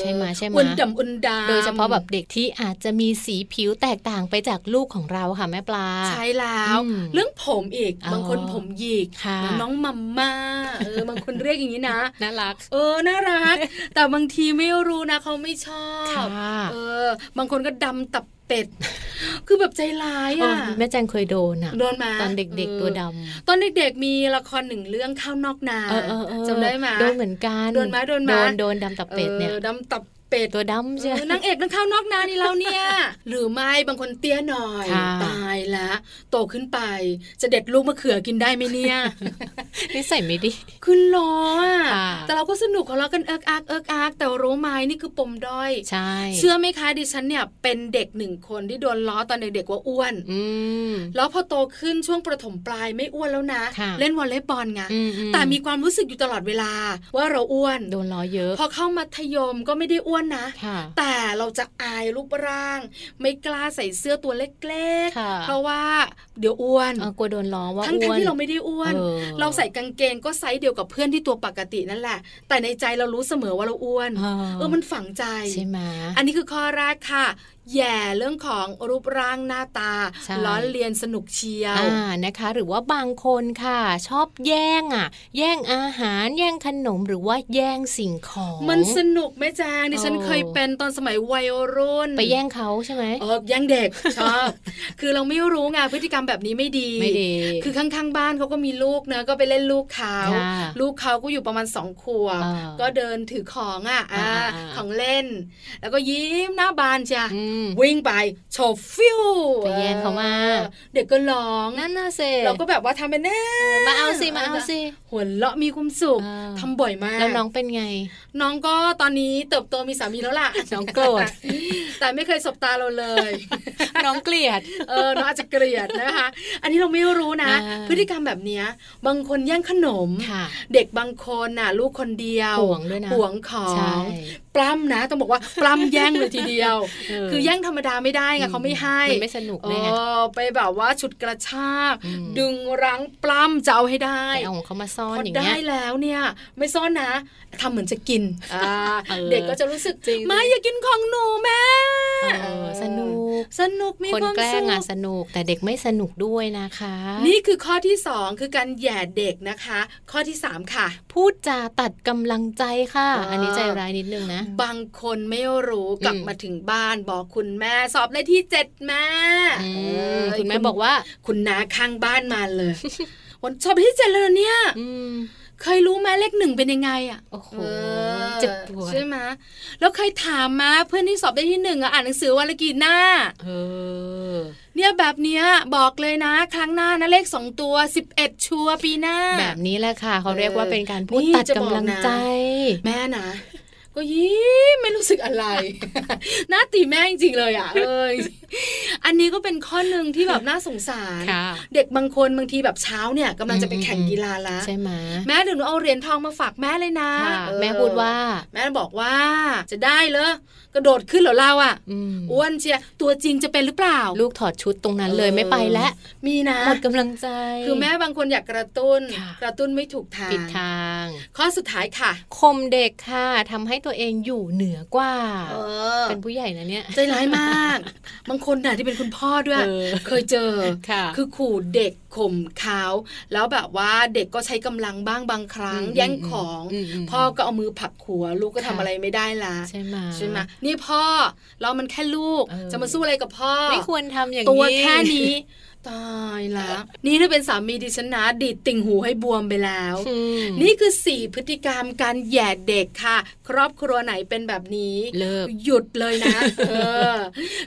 ใช่ไหมใช่ไหม
อุ่นดำอุ่นดำ
โดยเฉพาะแบบเด็กที่อาจจะมีสีผิวแตกต่างไปจากลูกของเราค่ะแม่ปลา
ใช่แล้ว
อืม
เรื่องผมอีก
อ๋อบ
างคนผมหยิก
ค่ะ
น้องมัมม่าเออบางคนเรียกอย่างนี้นะ
น่ารัก
เออ น่ารัก แต่บางทีไม่รู้นะเขาไม่ชอบ
ค่ะ
เออ บางคนก็ดำตับเป็ด คือแบบใจร้าย
โอ้
อ่ะ
แม่แจงเคยโดนอ่ะ
โดนมา
ตอนเด็ก ๆตัวดำ
ตอนเด็กๆมีละครหนึ่งเรื่องข้าวนอกนา
เออเออเออ
จำได้ไหม
โดนเหมือนกัน
โดนไหมโดนไหม
โดนโดนดำตับเป็ดเนี่ย
ออดำตับเป็ด
ตัวดำใช่
เออนางเอกนั่งข้าวนอกนานี่เรา เนี่ย หรือไม่บางคนเตี้ยหน่อย
ค่ะ
ตายละ โตขึ้นไป จะเด็ดลูกมะเขือกินได้ไหมเนี่ย
นิสัยไม่ดี
ขึ้นล้ออ่ะ
ค่ะ
แต่เราก็สนุกของเรากันเอิกอักเอิกอักแต่รู้ไหมนี่คือปมด้อย
ใช่
เชื่อไหมคะดิฉันเนี่ยเป็นเด็กหนึ่งคนที่โดนล้อตอนเด็กๆว่าอ้วน
อืม
แล้วพอโตขึ้นช่วงประถมปลายไม่อ้วนแล้วนะ
ค่ะ
เล่นวอลเลย์บอลไง
อือื
แต่มีความรู้สึกอยู่ตลอดเวลาว่าเราอ้วน
โดนล้อเยอะ
พอเข้ามัธยมก็ไม่ได้อ้วนนะ
ค่ะ
แต่เราจะอายรูปร่าง ไม่กล้าใส่เสื้อตัวเล็ก
ค่ะ
ๆ เพราะว่าเดี๋ยวอ้วน
เออกลัวโดนล้อว่า
ทั้ง
อ้
ทั้
ว
ง
น
ที่เราไม่ได้อ้วน
เออ
เราใส่กางเกงก็ไซส์เดียวกับเพื่อนที่ตัวปกตินั่นแหละ แต่ในใจเรารู้เสมอว่าเราอ้วน
เออ
เออมันฝังใจ
ใช่ไหม
อันนี้คือข้อแรกค่ะ แย่เรื่องของรูปร่างหน้าตา
ใช่
ล้อเลียนสนุกเชียว
อ่านะคะ หรือว่าบางคนค่ะ ชอบแย่งอ่ะ แย่งอาหาร แย่งขนมหรือว่าแย่งสิ่งของ
มันสนุกไหมแจงดิฉัน
เออ
เคยเป็นตอนสมัยวัยรุ่น
ไปแย่งเขาใช่ไหม
เออแย่งเด็ก ชอบ คือเราไม่รู้ไงพฤติกรรมแบบนี้ไม่ดี
ไม่ดี
คือข้างๆบ้านเขาก็มีลูกเนอะก็ไปเล่นลูกเขา
ค่ะ
ลูกเขาก็อยู่ประมาณสองขวบ
อ่า
ก็เดินถือของอ่ะอ่า
อ่าอ่า
ของเล่น แล้วก็ยิ้มหน้าบานจ้ะ
อืม
วิ่งไปโฉบฟิว
ไปแย่งเขามา
ออเด็กก็ร้อง
นั่นน่ะเซ
เราก็แบบว่าทำเป็นแน่
มาเอาสิมาเอาสิ
หัวเราะมีความสุข
อ่า
ทำบ่อยมาก
แล้วน้องเป็นไง
น้องก็ตอนนี้เติบโตมีสามีแล้วล่ะ
น้องโกรธ
แต่ไม่เคยสบตาเราเลย
น้องเกลียด
เออน้องอาจจะเกลียดนะคะ อันนี้เราไม่รู้นะ
อ่า
พฤติกรรมแบบเนี้ยบางคนแย่งขนม
ค่ะ
เด็กบางคนน่ะ ลูกคนเดียว
ห่วงด้วยนะ
ห่วงของ
ใช่
ปล้ำนะ ต้องบอกว่าปล้ำแย่งเลยทีเดียว
เออ
คือแย่งธรรมดาไม่ได้ไงเขาไม่ให้
มันไม่สนุก
เอ
เลยไง
อไปแบบว่าฉุดกระชาก
อืม
ดึงรั้งปล้ำจะเอาให้ได้
ไปเอาของเขามาซ่อ
พ
น
อ
อย่าง
ได้
เงี้ย
แล้วเนี่ย ไม่ซ่อนนะทำเหมือนจะกินอ่า
เออ
เด็กก็จะรู้สึก
จริง
ไม่อย่ากินของหนูแม่
เออสนุก
สนุกมี
คน
ความ
แกล้
สุ
ง
ข
อ่ะสนุกแต่เด็กไม่สนุกด้วยนะคะ
นี่คือข้อที่ 2 คือการแหย่เด็กนะคะ ข้อที่ 3 ค่ะ
พูดจาตัดกำลังใจค่ะ
อ่า
อันนี้ใจร้ายนิดนึงนะ
บางคนไม่รู้กลับ
อืม
มาถึงบ้านบอกคุณแม่สอบได้ที่เจ็ดแม่
อื
เอ
ม้
ย
คุณแม่บอกว่า
คุณน้าข้างบ้านมาเลย วันสอบได้ที่เจ็ดเลยเหรอเนี่ย
อืม
เคยรู้ไหมเลขหนึ่งเป็นยังไงอ่ะ
โอ้โห
เออ
เจ็บปวด
ใช่ไหมแล้วเคยถามมาเพื่อนที่สอบได้ที่หนึ่งอะอ่านหนังสือวันละกี่หน้า
เออ
เนี่ยแบบเนี้ยบอกเลยนะ ครั้งหน้านะเลขสองตัวสิบเอ็ดชัวร์ปีหน้า
แบบนี้แหละค่ะ เขาเรียกว่าเป็นการพูด
นี่
ตัด
จะบ
กำ
อกนะ
ลังใจ
แม่นะ ก็ยิ้มไม่รู้สึกอะไร หน้าตีแม่จริงๆเลยอ่ะเออ อันนี้ก็เป็นข้อหนึ่งที่แบบน่าสงสาร
ค่ะ
เด็กบางคนบางทีแบบเช้าเนี่ยกำลังจะไป
อืม
แข่งกีฬาละ
ใช่ไหม
แม่เดี๋ยวหนูเอาเหรียญทองมาฝากแม่เลยนะ
ค่ะ
เออ
แม่พูดว่า
แม่บอกว่าจะได้เหรอกระโดดขึ้นเหรอเราอ่ะ
อืม
อ้วนเชียร์ตัวจริงจะเป็นหรือเปล่า
ลูกถอดชุดตรงนั้นเลยไม่ไปแล้ว
มีนะ
หมดกำลังใจ
คือแม่บางคนอยากกระตุ้น
ค่ะ
กระตุ้นไม่ถูกทาง
ปิดทาง
ข้อสุดท้ายค่ะ
คมเด็กค่ะทำให้ตัวเองอยู่เหนือกว่า
เออ
เป็นผู้ใหญ่นะเนี่ย
ใจร้ายมาก บางคนน่ะที่เป็นคุณพ่อด้วย
เออ
เคยเจอ
ค่ะ
คือขู่เด็กข่มเขาแล้วแบบว่าเด็กก็ใช้กำลังบ้างบางครั้ง
อืม
แย่งของ
อืมอืม
พ่อก็เอามือผลักหัว ลูกก็ทำ
ค่ะ
อะไรไม่ได้ละ
ใช่ไหม
ใช่ไหมนี่พ่อเรามันแค่ลูก
เออ
จะมาสู้อะไรกับพ่อ
ไม่ควรทำอย่าง
ตัว
ยิ่ง
แค่นี้ ตายละนี่ถ้าเป็นสามีดิฉันนะดีดติ่งหูให้บวมไปแล้ว
อืม
นี่คือ 4 พฤติกรรมการแหย่เด็กค่ะ ครอบครัวไหนเป็นแบบนี้
เลิก
หยุดเลยนะ เออ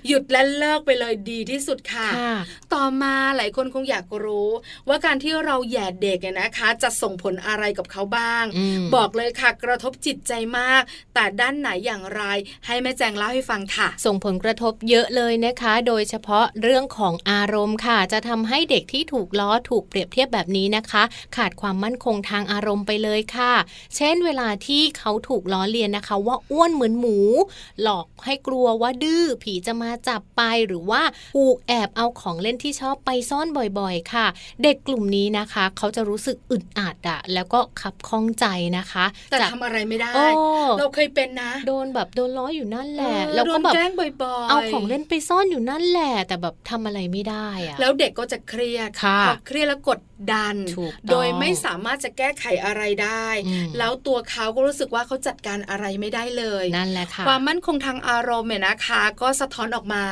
หยุดและเลิกไปเลยดีที่สุดค่ะ
ค่ะ
ต่อมาหลายคนคงอยากรู้ ว่าการที่เราแหย่เด็กเนี่ยนะคะ จะส่งผลอะไรกับเขาบ้าง
อืม
บอกเลยค่ะ กระทบจิตใจมาก แต่ด้านไหนอย่างไร ให้แม่แจงเล่าให้ฟังค่ะ
ส่งผลกระทบเยอะเลยนะคะ โดยเฉพาะเรื่องของอารมณ์ค่ะ จะทำให้เด็กที่ถูกล้อถูกเปรียบเทียบแบบนี้นะคะ ขาดความมั่นคงทางอารมณ์ไปเลยค่ะ เช่นเวลาที่เขาถูกล้อเลียนนะคะ ว่าอ้วนเหมือนหมู หลอกให้กลัวว่าดื้อผีจะมาจับไปหรือว่าถูกแอบเอาของเล่นที่ชอบไปซ่อนบ่อยๆ ค่ะ เด็กกลุ่มนี้นะคะ เขาจะรู้สึกอึดอัดอะแล้วก็ขับข้องใจนะคะ
แต่
จาก
ทำอะไรไม่ได้
โอ้
เราเคยเป็นนะ
โดนแบบโดนล้ออยู่นั่นแหละ
เออ
แล้วก็แบบ
โดนแกล้งบ่อยๆ
เอาของเล่นไปซ่อนอยู่นั่นแหละ แต่แบบทำอะไรไม่ได้อะ
แล้วเด็กก็จะเครียด
ค่ะ
พอเครียดแล้วกดดัน
ถูกต้อง
โดยไม่สามารถจะแก้ไขอะไรได้
อืม
แล้วตัวเขาก็รู้สึกว่าเขาจัดการอะไรไม่ได้เลย
นั่นแหละค่ะ
ความมั่นคงทางอารมณ์เนี่ยนะคะ ก็สะท้อนออกมา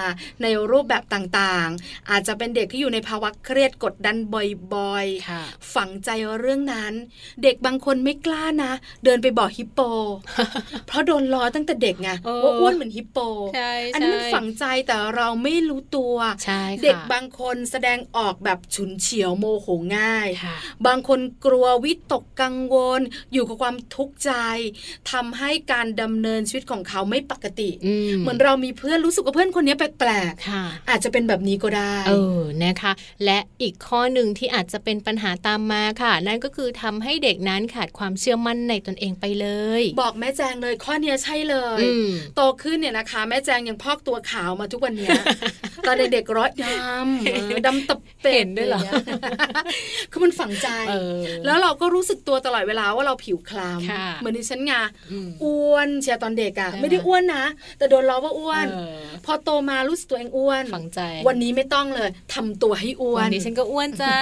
ในรูปแบบต่างๆ อาจจะเป็นเด็กที่อยู่ในภาวะเครียดกดดันบ่อย
ค่ะ
ๆ ฝังใจเรื่องนั้น เด็กบางคนไม่กล้านะ เดินไปบอกฮิป โป เพราะโดนล้อตั้งแต่เด็กไง
เออ
ว่าอ้วนเหมือนฮิปโป
ใช่
อันนี้มันฝังใจแต่เราไม่รู้ตัว
ใช่ค่ะ
เด็กบางคนแสดงออกแบบฉุนเฉียวโมโหง่าย
ค่ะ
บางคนกลัววิตกกังวล อยู่กับความทุกข์ใจทำให้การดำเนินชีวิตของเขาไม่ปกติ
อืม
เหมือนเรามีเพื่อนรู้สึกว่าเพื่อนคนนี้แปลก
ค่ะ
ๆ อาจจะเป็นแบบนี้ก็ได้
เออ นะคะ และอีกข้อหนึ่งที่อาจจะเป็นปัญหาตามมาค่ะ นั่นก็คือทำให้เด็กนั้นขาดความเชื่อมั่นในตนเองไปเลย
บอกแม่แจงเลยข้อเนี้ยใช่เลย
อืม
โตขึ้นเนี่ยนะคะ แม่แจงยังพอกตัวขาวมาทุกวันเนี้ ย ตอนเด็กๆร้อยดำเออดำตะเป็ด
เห็นด้วยเหรอ
างงี้ คือมันฝังใจ
เออ
แล้วเราก็รู้สึกตัวตลอดเวลาว่าเราผิวคล้
ค่ะ
ำเหมือนดิฉันไง
อืม
อ้วนเชียร์ตอนเด็กอะ
ใช่ไหม
ไม่ได้อ้วนนะ แต่โดนล้อว่าอ้วน
เออ
พอโตมารู้สึกตัวเองอ้วน
ฝังใจ
วันนี้ไม่ต้องเลยทำตัวให้อ้วน
วันนี้ฉันก็อ้วน จ้า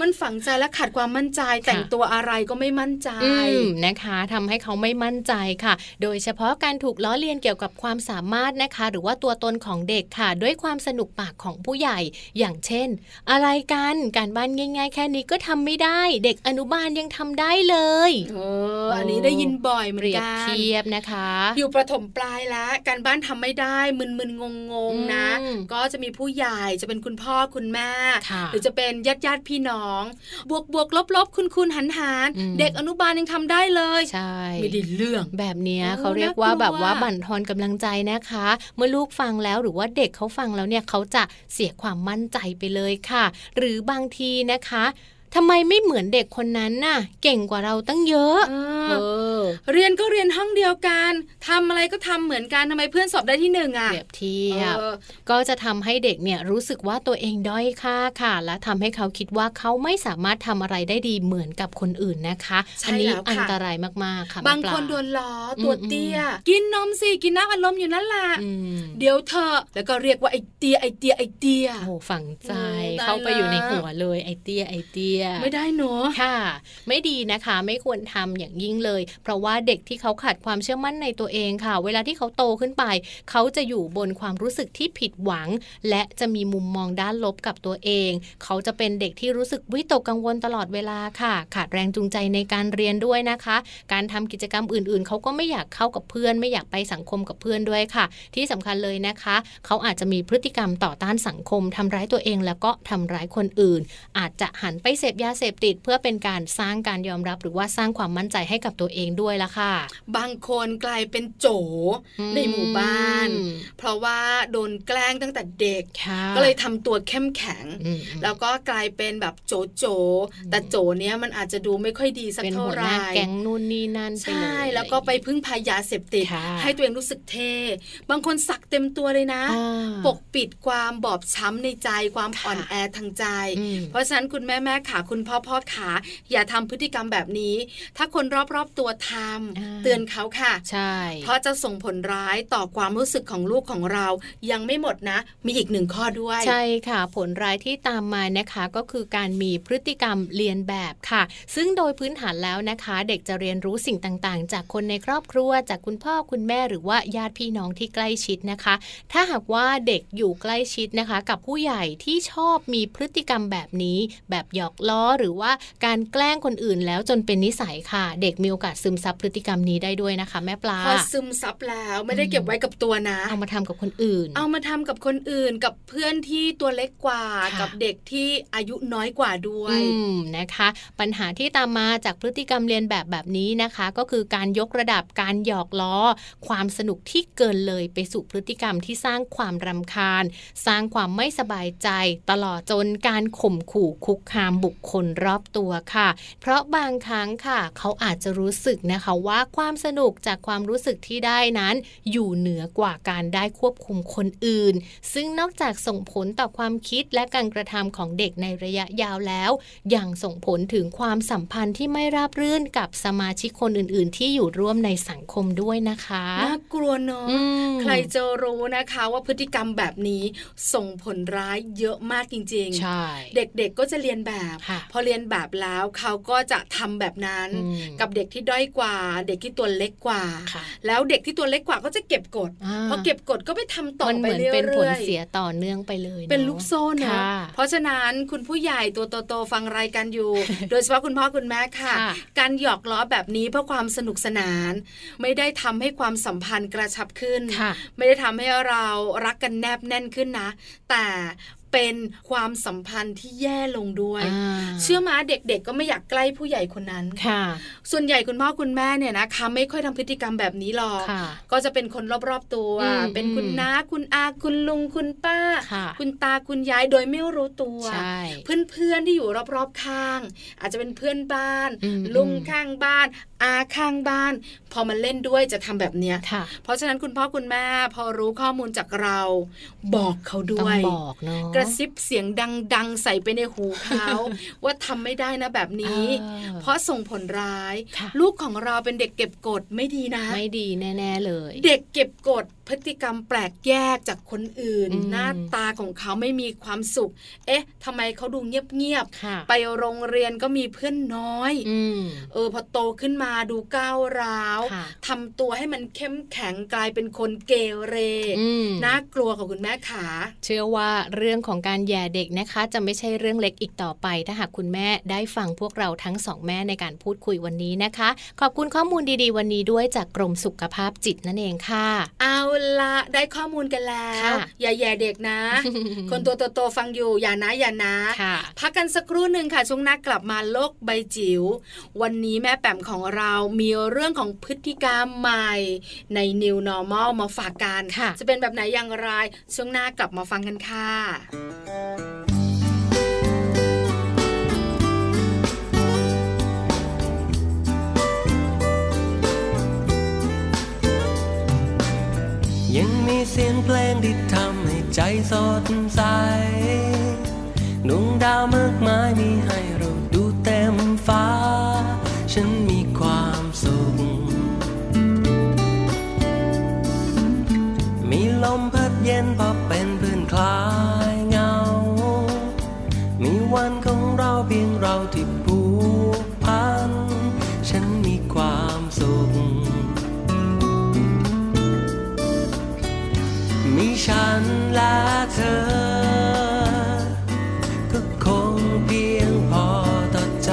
มันฝังใจและขาดความมั่นใจ แต่งตัวอะไรก็ไม่มั่นใจ
อืมนะคะทำให้เขาไม่มั่นใจค่ะ โดยเฉพาะการถูกล้อเลียนเกี่ยวกับความสามารถนะคะ หรือว่าตัวตนของเด็กค่ะ ด้วยความสนุกปากของผู้ใหญ่ อย่างเช่น อะไรกันการบ้านง่าย ๆ แค่นี้ก็ทำไม่ได้ เด็กอนุบาลยังทำได้เลย
เออ อันนี้ได้ยินบ่อยเหมื
เป
อน
รียบ
กัน
เทียบนะคะ
อยู่ประถมปลายแล้ว การบ้านทำไม่ได้มึนๆงงๆนะ
อืม
ก็จะมีผู้ใหญ่จะเป็นคุณพ่อคุณแม่
ค่ะ
หรือจะเป็นญาติญาติๆพี่น้อง บวกบวกลบลบคุณคุณหันหันๆ
อืม
เด็กอนุบาลยังทำได้เลย
ใช่
ไม่ได้เรื่อง
แบบเนี้ย
โอ้
เขาเรียก
น่าก
ว่าแบบ
ลัว
ว่าบั่นทอนกำลังใจนะคะ เมื่อลูกฟังแล้วหรือว่าเด็กเขาฟังแล้วเนี่ยเขาจะเสียความมั่นใจไปเลยค่ะ หรือบางทีนะคะทำไมไม่เหมือนเด็กคนนั้นน่ะ เก่งกว่าเราตั้งเยอะ
เอ
เอ
อ
อ
เรียนก็เรียนห้องเดียวกันทำอะไรก็ทำเหมือนกันทำไมเพื่อนสอบได้ที่หนึ่ง
เป
อ่ะ
รียบเทียบ
เออ
ก็จะทำให้เด็กเนี่ยรู้สึกว่าตัวเองด้อยค่าค่ะ และทำให้เขาคิดว่าเขาไม่สามารถทำอะไรได้ดีเหมือนกับคนอื่นนะคะอันี้อันตรายมากๆค่ะ
บาง
หมอปล
คนโดนล้อตัว
อืม
เตี้ย กินนมสิกินน้ำอัดลมอยู่นั่นล่ะ
อืม
เดี๋ยวเธอะแล้วก็เรียกว่าไอเตียไอเตียไอเตีย
โอ้โหฝังใจ
โอ้ตาย
เข้าไปอยู่ใน
ละ
หัวเลยไอเตี้ยไอเตี้ย
ไม่ได้เนอะ
ค่ะ ไม่ดีนะคะไม่ควรทำอย่างยิ่งเลย เพราะว่าเด็กที่เขาขาดความเชื่อมั่นในตัวเองค่ะ เวลาที่เขาโตขึ้นไป เขาจะอยู่บนความรู้สึกที่ผิดหวัง และจะมีมุมมองด้านลบกับตัวเอง เขาจะเป็นเด็กที่รู้สึกวิตกกังวลตลอดเวลาค่ะ ขาดแรงจูงใจในการเรียนด้วยนะคะ การทำกิจกรรมอื่นๆ เขาก็ไม่อยากเข้ากับเพื่อน ไม่อยากไปสังคมกับเพื่อนด้วยค่ะ ที่สำคัญเลยนะคะ เขาอาจจะมีพฤติกรรมต่อต้านสังคมทำร้ายตัวเองแล้วก็ทำร้ายคนอื่น อาจจะหันไปเส พยาเสพติดเพื่อเป็นการสร้างการยอมรับ หรือว่าสร้างความมั่นใจให้กับตัวเองด้วยละค่ะ
บางคนกลายเป็นโจในหมู่บ้าน
อืม
เพราะว่าโดนแกล้งตั้งแต่เด็ก
ค่ะ
ก็เลยทำตัวเข้มแข็ง
อืม
แล้วก็กลายเป็นแบบโจโจ แต่โจเนี้ยมันอาจจะดูไม่ค่อยดีสัก
เป็น
เท่า
หัว
ไห
หน้า
ร่
แก๊งนู่นนี่นั่นไป
ใช่
เย
แล้วก็ไปพึ่งพายาเสพติด
ค่ะ
ให้ตัวเองรู้สึกเท่ บางคนสักเต็มตัวเลยนะ
อ่า
ปกปิดความบอบช้ำในใจความ
ค่ะ
อ่อนแอทางใจ
อืม
เพราะฉะนั้นคุณแม่แม่ขาคุณพ่อพ่อขาอย่าทำพฤติกรรมแบบนี้ ถ้าคนรอบๆตัวทำ
อ่า
เตือนเขาค่ะ
ใช่
เพราะจะส่งผลร้ายต่อความรู้สึกของลูกของเรา ยังไม่หมดนะ มีอีกหนึ่งข้อด้วย
ใช่ค่ะ ผลร้ายที่ตามมานะคะ ก็คือการมีพฤติกรรมเรียนแบบค่ะ ซึ่งโดยพื้นฐานแล้วนะคะ เด็กจะเรียนรู้สิ่งต่างๆ จากคนในครอบครัว จากคุณพ่อคุณแม่หรือว่าญาติพี่น้องที่ใกล้ชิดนะคะ ถ้าหากว่าเด็กอยู่ใกล้ชิดนะคะ กับผู้ใหญ่ที่ชอบมีพฤติกรรมแบบนี้ แบบหยอกล้อหรือว่าการแกล้งคนอื่นแล้วจนเป็นนิสัยค่ะ เด็กมีโอกาสซึมซับพฤติกรรมนี้ได้ด้วยนะคะ แม่ปลา
พอซึมซับแล้วไม่ได้
อืม
เก็บไว้กับตัวนะ
เอามาทำกับคนอื่น
เอามาทำกับคนอื่นกับเพื่อนที่ตัวเล็กกว่า
ค่ะ
กับเด็กที่อายุน้อยกว่าด้วย
อืมนะคะ ปัญหาที่ตามมาจากพฤติกรรมเรียนแบบแบบนี้นะคะ ก็คือการยกระดับการหยอกล้อ ความสนุกที่เกินเลยไปสู่พฤติกรรมที่สร้างความรำคาญ สร้างความไม่สบายใจ ตลอดจนการข่มขู่คุกคามบุคคลรอบตัวค่ะ เพราะบางครั้งค่ะ เขาอาจจะรู้สึกนะคะว่าความสนุกจากความรู้สึกที่ได้นั้น อยู่เหนือกว่าการได้ควบคุมคนอื่น ซึ่งนอกจากส่งผลต่อความคิดและการกระทำของเด็กในระยะยาวแล้ว ยังส่งผลถึงความสัมพันธ์ที่ไม่ราบรื่นกับสมาชิกคนอื่น ๆ ที่อยู่ร่วมในสังคมด้วยนะคะ
น่ากลัวเนอะ
อืม
ใครจะรู้นะคะว่าพฤติกรรมแบบนี้ส่งผลร้ายเยอะมากจริงๆ
ใช่
เด็กๆก็จะเรียนแบบ
ค่ะ
พอเรียนแบบแล้วเขาก็จะทำแบบนั้น
อืม
กับเด็กที่ด้อยกว่า เด็กที่ตัวเล็กกว่า
ค่ะ
แล้วเด็กที่ตัวเล็กกว่าก็จะเก็บกด
า
พอเก็บกดก็ไปทำต่อ
มัน
ไป
เหมือน
เรื่อยๆ
เป็นผลเสียต่อเนื่องไปเลยอะ
เป็นลูกโซ่นะ
ค่ะ
เพราะฉะนั้นคุณผู้ใหญ่ตัวโตๆฟังรายการ อยู่ โดยเฉพาะคุณพ่อคุณแม่ค่ะ
ค่ะ
การหยอกล้อแบบนี้เพื่อความสนุกสนาน ไม่ได้ทำให้ความสัมพันธ์กระชับขึ้น
ค่ะ
ไม่ได้ทำให้เรารักกันแนบแน่นขึ้นนะ แต่เป็นความสัมพันธ์ที่แย่ลงด้วย
อ่า
เชื่อมาเด็กๆ ก็ไม่อยากใกล้ผู้ใหญ่คนนั้น
ค่ะ
ส่วนใหญ่คุณพ่อคุณแม่เนี่ยนะคะไม่ค่อยทำพฤติกรรมแบบนี้หรอก
ค่ะ
ก็จะเป็นคนรอบๆตัว
อืม
เป็นคุณ
อืม
น้าคุณอาคุณลุงคุณป้า
ค่ะ
คุณตาคุณยายโดยไม่รู้ตัว
ใช่
เพื่อนๆที่อยู่รอบๆข้าง อาจจะเป็นเพื่อนบ้าน
อืม
ลุงข้างบ้าน อาข้างบ้าน พอมันเล่นด้วยจะทำแบบเนี้ย
ค่ะ
เพราะฉะนั้นคุณพ่อคุณแม่พอรู้ข้อมูลจากเรา บอกเขา
ต้อ
ด้
ง
วย
บอกเนาะ
กระซิบเสียงดังๆ ใส่ไปในหูเขา ว่าทำไม่ได้นะแบบนี้
เออ
เพราะส่งผลร้าย
ค่ะ
ลูกของเราเป็นเด็กเก็บกดไม่ดีนะ
ไม่ดีแน่ ๆ เลย
เด็กเก็บกดพฤติกรรมแปลกแยกจากคนอื่น
อืม
หน้าตาของเขาไม่มีความสุข เอ๊ะทำไมเขาดูเงียบ
ค่ะ
ๆไปโรงเรียนก็มีเพื่อนน้อย
อืม
เออพอโตขึ้นมาดูก้าวร้าว
ค่ะ
ทำตัวให้มันเข้มแข็งกลายเป็นคนเกเร
อืม
น่ากลัวของคุณแม่ขา
เชื่อว่าเรื่องของการแย่เด็กนะคะ จะไม่ใช่เรื่องเล็กอีกต่อไป ถ้าหากคุณแม่ได้ฟังพวกเราทั้งสองแม่ในการพูดคุยวันนี้นะคะ ขอบคุณข้อมูลดีๆ วันนี้ด้วยจากกรมสุขภาพจิตนั่นเองค่ะ
เอาละได้ข้อมูลกันแล้ว
ค่ะ
อย่าแย่เด็ก นะ คนตัวโตๆฟังอยู่อย่านะอย่านะ
ค่ะ
พักกันสักครู่หนึ่งค่ะ ช่วงหน้ากลับมาโลกใบจิ๋ววันนี้แม่แป๋มของเรามีเรื่องของพฤติกรรมใหม่ใน New Normal มาฝากกัน
ค่ะ
จะเป็นแบบไหนอย่างไร ช่วงหน้ากลับมาฟังกันค่ะ
ยังมีเสียงเพลงที่ทำให้ใจสดใส ดวงดาวมากมายมีให้เราดูเต็มฟ้า ฉันมีความสุข มีลมพัดเย็นพอเป็นเพื่อนคลายเหงา มีวันของเราเพียงเราที่ผูกพัน ฉันมีความสุข มีฉันและเธอ ก็คงเพียงพอต่อใจ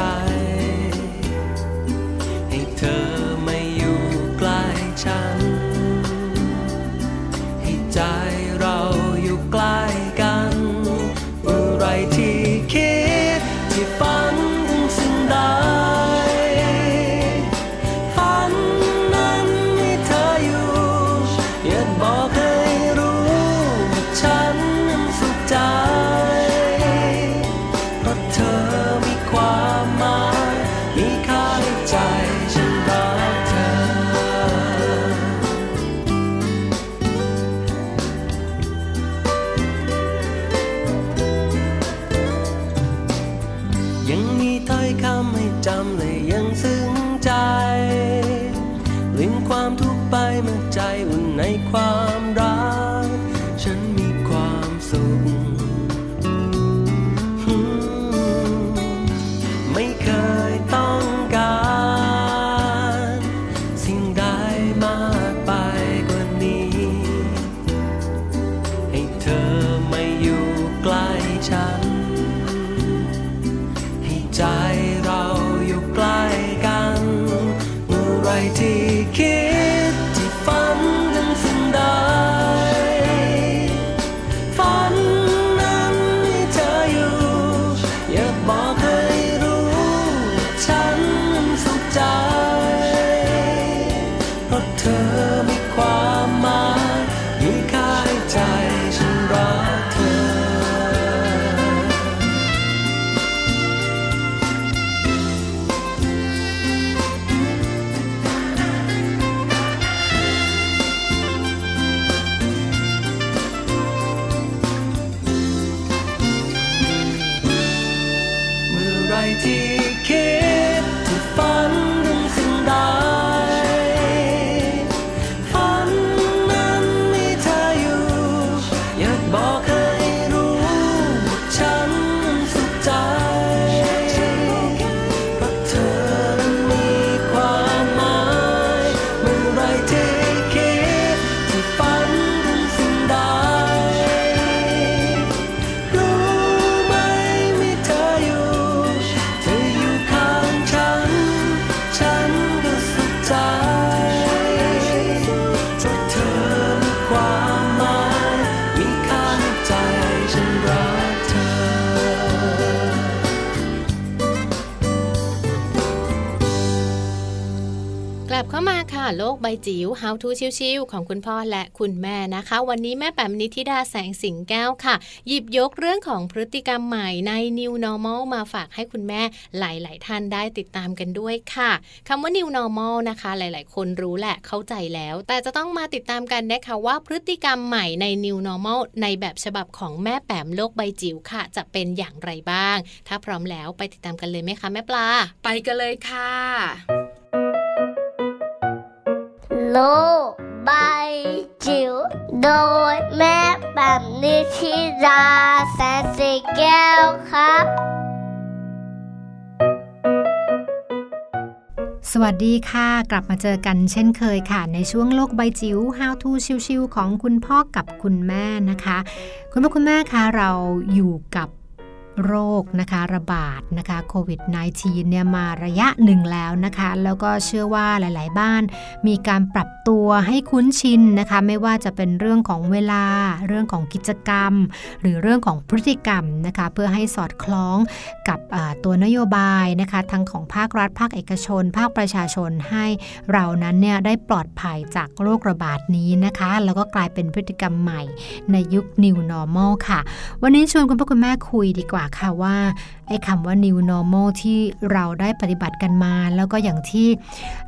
ที่คิดที่ฝันนั้นสิ่งใดฝันนั้นมีเธออยู่ อยากบอกให้รู้ว่าฉันนั้นสุขใจ เพราะเธอมีความหมายมีค่าให้ใจฉันรักเธอ เมื่อไรที่คิดที่ฝันถึงสิ่งใดฝันนั้นมีเธออยู่ อยากบอกให้รู้ว่าฉันนั้นสุขใจเพราะเธอนั้นมีความหมายเมื่อไรที่คิดที่ฝันถึงสิ่งใด รู้ไหมมีเธออยู่ เธออยู่ข้างฉัน ฉันก็สุขใจเพราะเธอมีความหมายมีค่าในใจฉันรักเธอ
กลับเข้ามาค่ะ โลกใบจิ๋ว How to ชิวๆของคุณพ่อและคุณแม่นะคะ วันนี้แม่แปมนิธิดาแสงสิงแก้วค่ะ หยิบยกเรื่องของพฤติกรรมใหม่ใน New Normal มาฝากให้คุณแม่หลาย ๆ ท่านได้ติดตามกันด้วยค่ะคำว่า New Normal นะคะ หลาย ๆ คนรู้แหละเข้าใจแล้ว แต่จะต้องมาติดตามกันนะคะว่าพฤติกรรมใหม่ใน New Normal ในแบบฉบับของแม่แปมโลกใบจิ๋วค่ะ จะเป็นอย่างไรบ้าง ถ้าพร้อมแล้วไปติดตามกันเลยไหมคะแม่ปลา
ไปกันเลยค่ะ
lô bay chiều đôi mép bằng đi khi ra sẽ xì keo khắp
สวัสดีค่ะ กลับมาเจอกันเช่นเคยค่ะ ในช่วงโลกใบจิ๋ว How to ชิวๆของคุณพ่อกับคุณแม่นะคะ คุณพ่อคุณแม่คะเราอยู่กับโรคนะคะระบาดนะคะโควิด -19 เนี่ยมาระยะหนึ่งแล้วนะคะ แล้วก็เชื่อว่าหลาย ๆ บ้าน มีการปรับตัวให้คุ้นชินนะคะ ไม่ว่าจะเป็นเรื่องของเวลา เรื่องของกิจกรรม หรือเรื่องของพฤติกรรมนะคะ เพื่อให้สอดคล้องกับอ่าตัวนโยบายนะคะ ทั้งของภาครัฐ ภาคเอกชน ภาคประชาชนให้เรานั้นเนี่ยได้ปลอดภัยจากโรคระบาดนี้นะคะ แล้วก็กลายเป็นพฤติกรรมใหม่ในยุค new normal ค่ะ วันนี้ชวนคุณพ่อคุณแม่คุยดีกว่าค่ะว่าไอ้คำว่า new normal ที่เราได้ปฏิบัติกันมา แล้วก็อย่างที่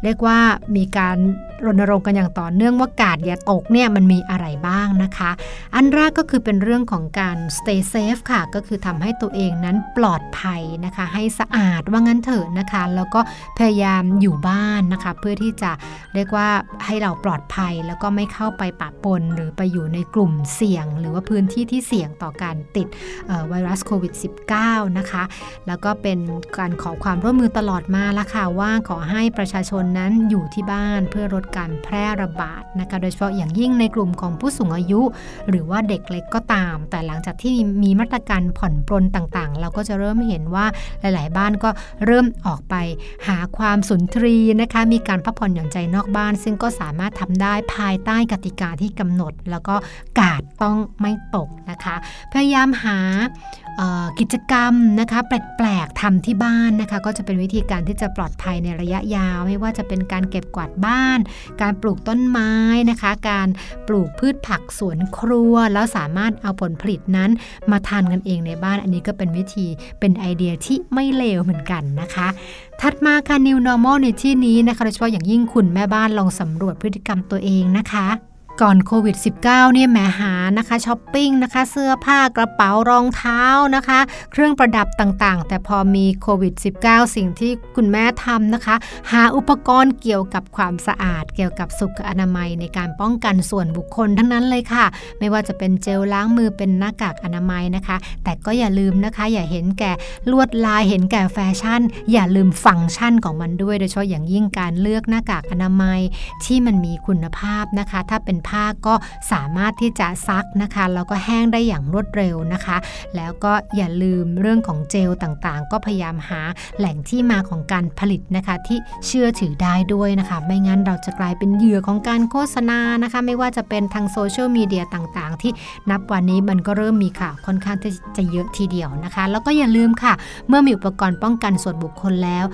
เรียกว่ามีการรณรงค์กันอย่างต่อเนื่องว่ากาดอย่าตกเนี่ยมันมีอะไรบ้างนะคะ อันแรกก็คือเป็นเรื่องของการ stay safe ค่ะ ก็คือทำให้ตัวเองนั้นปลอดภัยนะคะ ให้สะอาดว่างั้นเถอะนะคะ แล้วก็พยายามอยู่บ้านนะคะ เพื่อที่จะเรียกว่าให้เราปลอดภัยแล้วก็ไม่เข้าไปปะปน หรือไปอยู่ในกลุ่มเสี่ยง หรือว่าพื้นที่ที่เสี่ยงต่อการติดเอ่อไวรัสโควิด -19 นะคะ แล้วก็เป็นการขอความร่วมมือตลอดมาละค่ะว่าขอให้ประชาชนนั้นอยู่ที่บ้านเพื่อลดการแพร่ระบาดนะคะ โดยเฉพาะอย่างยิ่งในกลุ่มของผู้สูงอายุ หรือว่าเด็กเล็กก็ตาม แต่หลังจากที่มีมาตรการผ่อนปรนต่างๆ เราก็จะเริ่มเห็นว่าหลาย ๆ บ้านก็เริ่มออกไปหาความสุนทรีนะคะ มีการพักผ่อนหย่อนใจนอกบ้าน ซึ่งก็สามารถทำได้ภายใต้กติกาที่กำหนด แล้วก็กาดต้องไม่ตกนะคะ พยายามหา เอ่อกิจกรรมนะคะแปลกๆทำที่บ้านนะคะ ก็จะเป็นวิธีการที่จะปลอดภัยในระยะยาว ไม่ว่าจะเป็นการเก็บกวาดบ้าน การปลูกต้นไม้นะคะ การปลูกพืชผักสวนครัว แล้วสามารถเอาผลผลิตนั้นมาทานกันเองในบ้าน อันนี้ก็เป็นวิธีเป็นไอเดียที่ไม่เลวเหมือนกันนะคะ ถัดมาค่ะ new normal ในที่นี้นะคะโดยเฉพาะอย่างยิ่งคุณแม่บ้านลองสำรวจพฤติกรรมตัวเองนะคะ ก่อนโควิด -19 เนี่ยแหมหานะคะช้อปปิ้งนะคะ เสื้อผ้ากระเป๋ารองเท้านะคะ เครื่องประดับต่างๆ แต่พอมีโควิด -19 สิ่งที่คุณแม่ทำนะคะ หาอุปกรณ์เกี่ยวกับความสะอาด เกี่ยวกับสุขอนามัยในการป้องกันส่วนบุคคลทั้งนั้นเลยค่ะ ไม่ว่าจะเป็นเจลล้างมือเป็นหน้ากากอนามัยนะคะ แต่ก็อย่าลืมนะคะ อย่าเห็นแก่ลวดลายเห็นแก่แฟชั่น อย่าลืมฟังก์ชันของมันด้วย โดยเฉพาะอย่างยิ่งการเลือกหน้ากากอนามัย ที่มันมีคุณภาพนะคะ ถ้าเป็นผ้า ผ้าก็สามารถที่จะซักนะคะแล้วก็แห้งได้อย่างรวดเร็วนะคะ แล้วก็อย่าลืมเรื่องของเจลต่างๆ ก็พยายามหาแหล่งที่มาของการผลิตนะคะ ที่เชื่อถือได้ด้วยนะคะ ไม่งั้นเราจะกลายเป็นเหยื่อของการโฆษณานะคะ ไม่ว่าจะเป็นทางโซเชียลมีเดียต่างๆ ที่นับวันนี้มันก็เริ่มมีข่าวค่อนข้างที่จะเยอะทีเดียวนะคะ แล้วก็อย่าลืมค่ะ เมื่อมีอุปกรณ์ป้องกันส่วนบุคคลแล้ว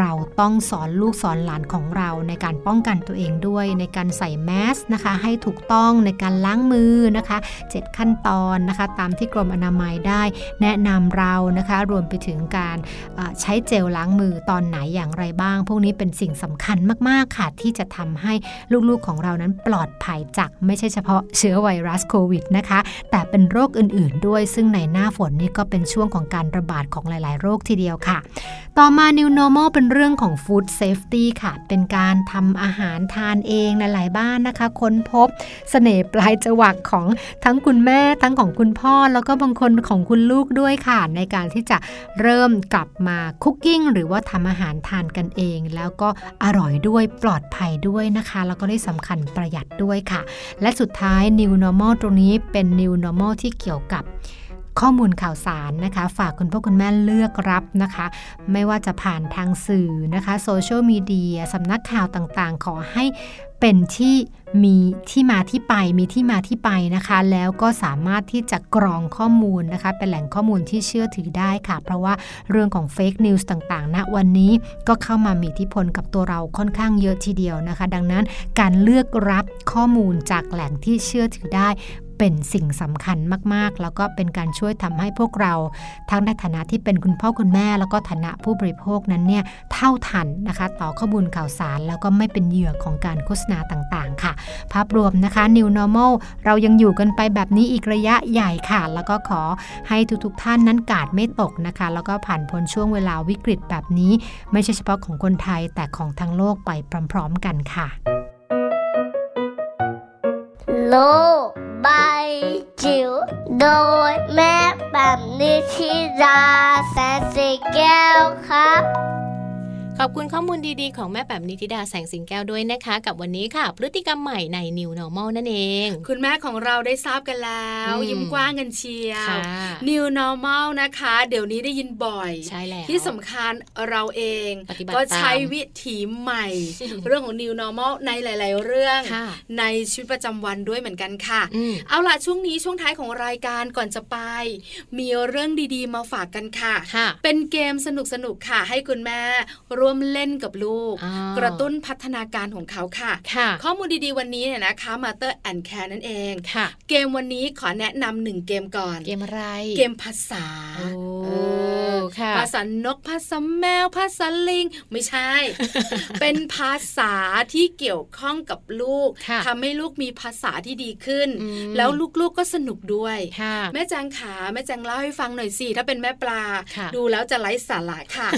เราต้องสอนลูกสอนหลานของเราในการป้องกันตัวเองด้วย ในการใส่แมสนะคะ ให้ถูกต้องในการล้างมือนะคะ 7 ขั้นตอนนะคะ ตามที่กรมอนามัยได้ แนะนำเรานะคะ รวมไปถึงการเอ่อใช้เจลล้างมือตอนไหนอย่างไรบ้าง พวกนี้เป็นสิ่งสำคัญมากๆค่ะ ที่จะทำให้ลูกๆของเรานั้นปลอดภัยจากไม่ใช่เฉพาะเชื้อไวรัสโควิดนะคะ แต่เป็นโรคอื่นๆ ด้วย ซึ่งในหน้าฝนนี่ก็เป็นช่วงของการระบาดของหลายๆ โรคทีเดียวค่ะ ต่อมา New Normal เป็นเรื่องของ Food Safety ค่ะ เป็นการทำอาหารทานเองหลายๆบ้านนะคะ ค้นพบเสน่ห์ปลายจวักของทั้งคุณแม่ทั้งของคุณพ่อ แล้วก็บางคนของคุณลูกด้วยค่ะ ในการที่จะเริ่มกลับมาคุกกิ้งหรือว่าทำอาหารทานกันเอง แล้วก็อร่อยด้วยปลอดภัยด้วยนะคะ แล้วก็ได้สำคัญประหยัดด้วยค่ะ และสุดท้าย New Normal ตรงนี้เป็น New Normal ที่เกี่ยวกับข้อมูลข่าวสารนะคะ ฝากคุณพ่อคุณแม่เลือกรับนะคะ ไม่ว่าจะผ่านทางสื่อนะคะโซเชียลมีเดียสำนักข่าวต่างๆ ขอให้เป็นที่มีที่มาที่ไปมีที่มาที่ไปนะคะ แล้วก็สามารถที่จะกรองข้อมูลนะคะ เป็นแหล่งข้อมูลที่เชื่อถือได้ค่ะ เพราะว่าเรื่องของเฟกนิวส์ต่างๆณวันนี้ก็เข้ามามีอิทธิพลกับตัวเราค่อนข้างเยอะทีเดียวนะคะ ดังนั้นการเลือกรับข้อมูลจากแหล่งที่เชื่อถือได้ เป็นสิ่งสำคัญมากๆ แล้วก็เป็นการช่วยทำให้พวกเรา ทั้งในฐานะที่เป็นคุณพ่อคุณแม่ แล้วก็ฐานะผู้บริโภคนั้นเนี่ยเท่าทันนะคะ ต่อข้อมูลข่าวสาร แล้วก็ไม่เป็นเหยื่อของการโฆษณาต่างๆ ค่ะ ภาพรวมนะคะ New Normal เรายังอยู่กันไปแบบนี้อีกระยะใหญ่ค่ะ แล้วก็ขอให้ทุกๆท่านนั้นกาดไม่ตกนะคะ แล้วก็ผ่านพ้นช่วงเวลาวิกฤตแบบนี้ ไม่ใช่เฉพาะของคนไทยแต่ของทั้งโลกไปพร้อมๆ กันค่ะ
โลกใบจิ๋วโดยแม่แบบนิชิราแสนสีแก้วครับ
ขอบคุณข้อมูลดีๆ ของแม่แบบนิติดาแสงสิงแก้วด้วยนะคะ กับวันนี้ค่ะ พฤติกรรมใหม่ใน New Normal นั่นเอง
คุณแม่ของเราได้ทราบกันแล้ว
อืม
ยิ้มกว้างกันเชียว
ค่ะ
New Normal นะคะ เดี๋ยวนี้ได้ยินบ่อย
ใช่แล้ว
ที่สำคัญเราเอง
ปฏิบัติ
ก็ใช้
ตาม
วิถีใหม่ เรื่องของ New Normal ในหลาย ๆ เรื่อง
ค่ะ
ในชีวิตประจำวันด้วยเหมือนกันค่ะ
อืม
เอาล่ะ ช่วงนี้ช่วงท้ายของรายการก่อนจะไป มีเรื่องดีๆ มาฝากกันค่ะ
ค่ะ
เป็นเกมสนุกๆค่ะ ให้คุณแม่ร่วมเล่นกับลูก
อ่าก
ระตุ้นพัฒนาการของเขาค่ะ
ค่ะ
ข้อมูลดีๆวันนี้เนี่ยนะคะมาเตอร์แอนแคร์นั่นเอง
ค่ะ
เกมวันนี้ขอแนะนำหนึ่งเกมก่อน
เกมอะไร
เกมภาษา
โอ้
เออ
ค่ะ
ภาษานกภาษาแมวภาษาลิง ไม่ใช่ เป็นภาษาที่เกี่ยวข้องกับลูก
ค่ะ
ทำให้ลูกมีภาษาที่ดีขึ้น
อืม
แล้วลูกๆก็สนุกด้วย
ค่ะ
แม่แจงขา แม่แจงเล่าให้ฟังหน่อยสิ ถ้าเป็นแม่ปลา
ค่ะ
ดูแล้วจะไร้สาระค่ะ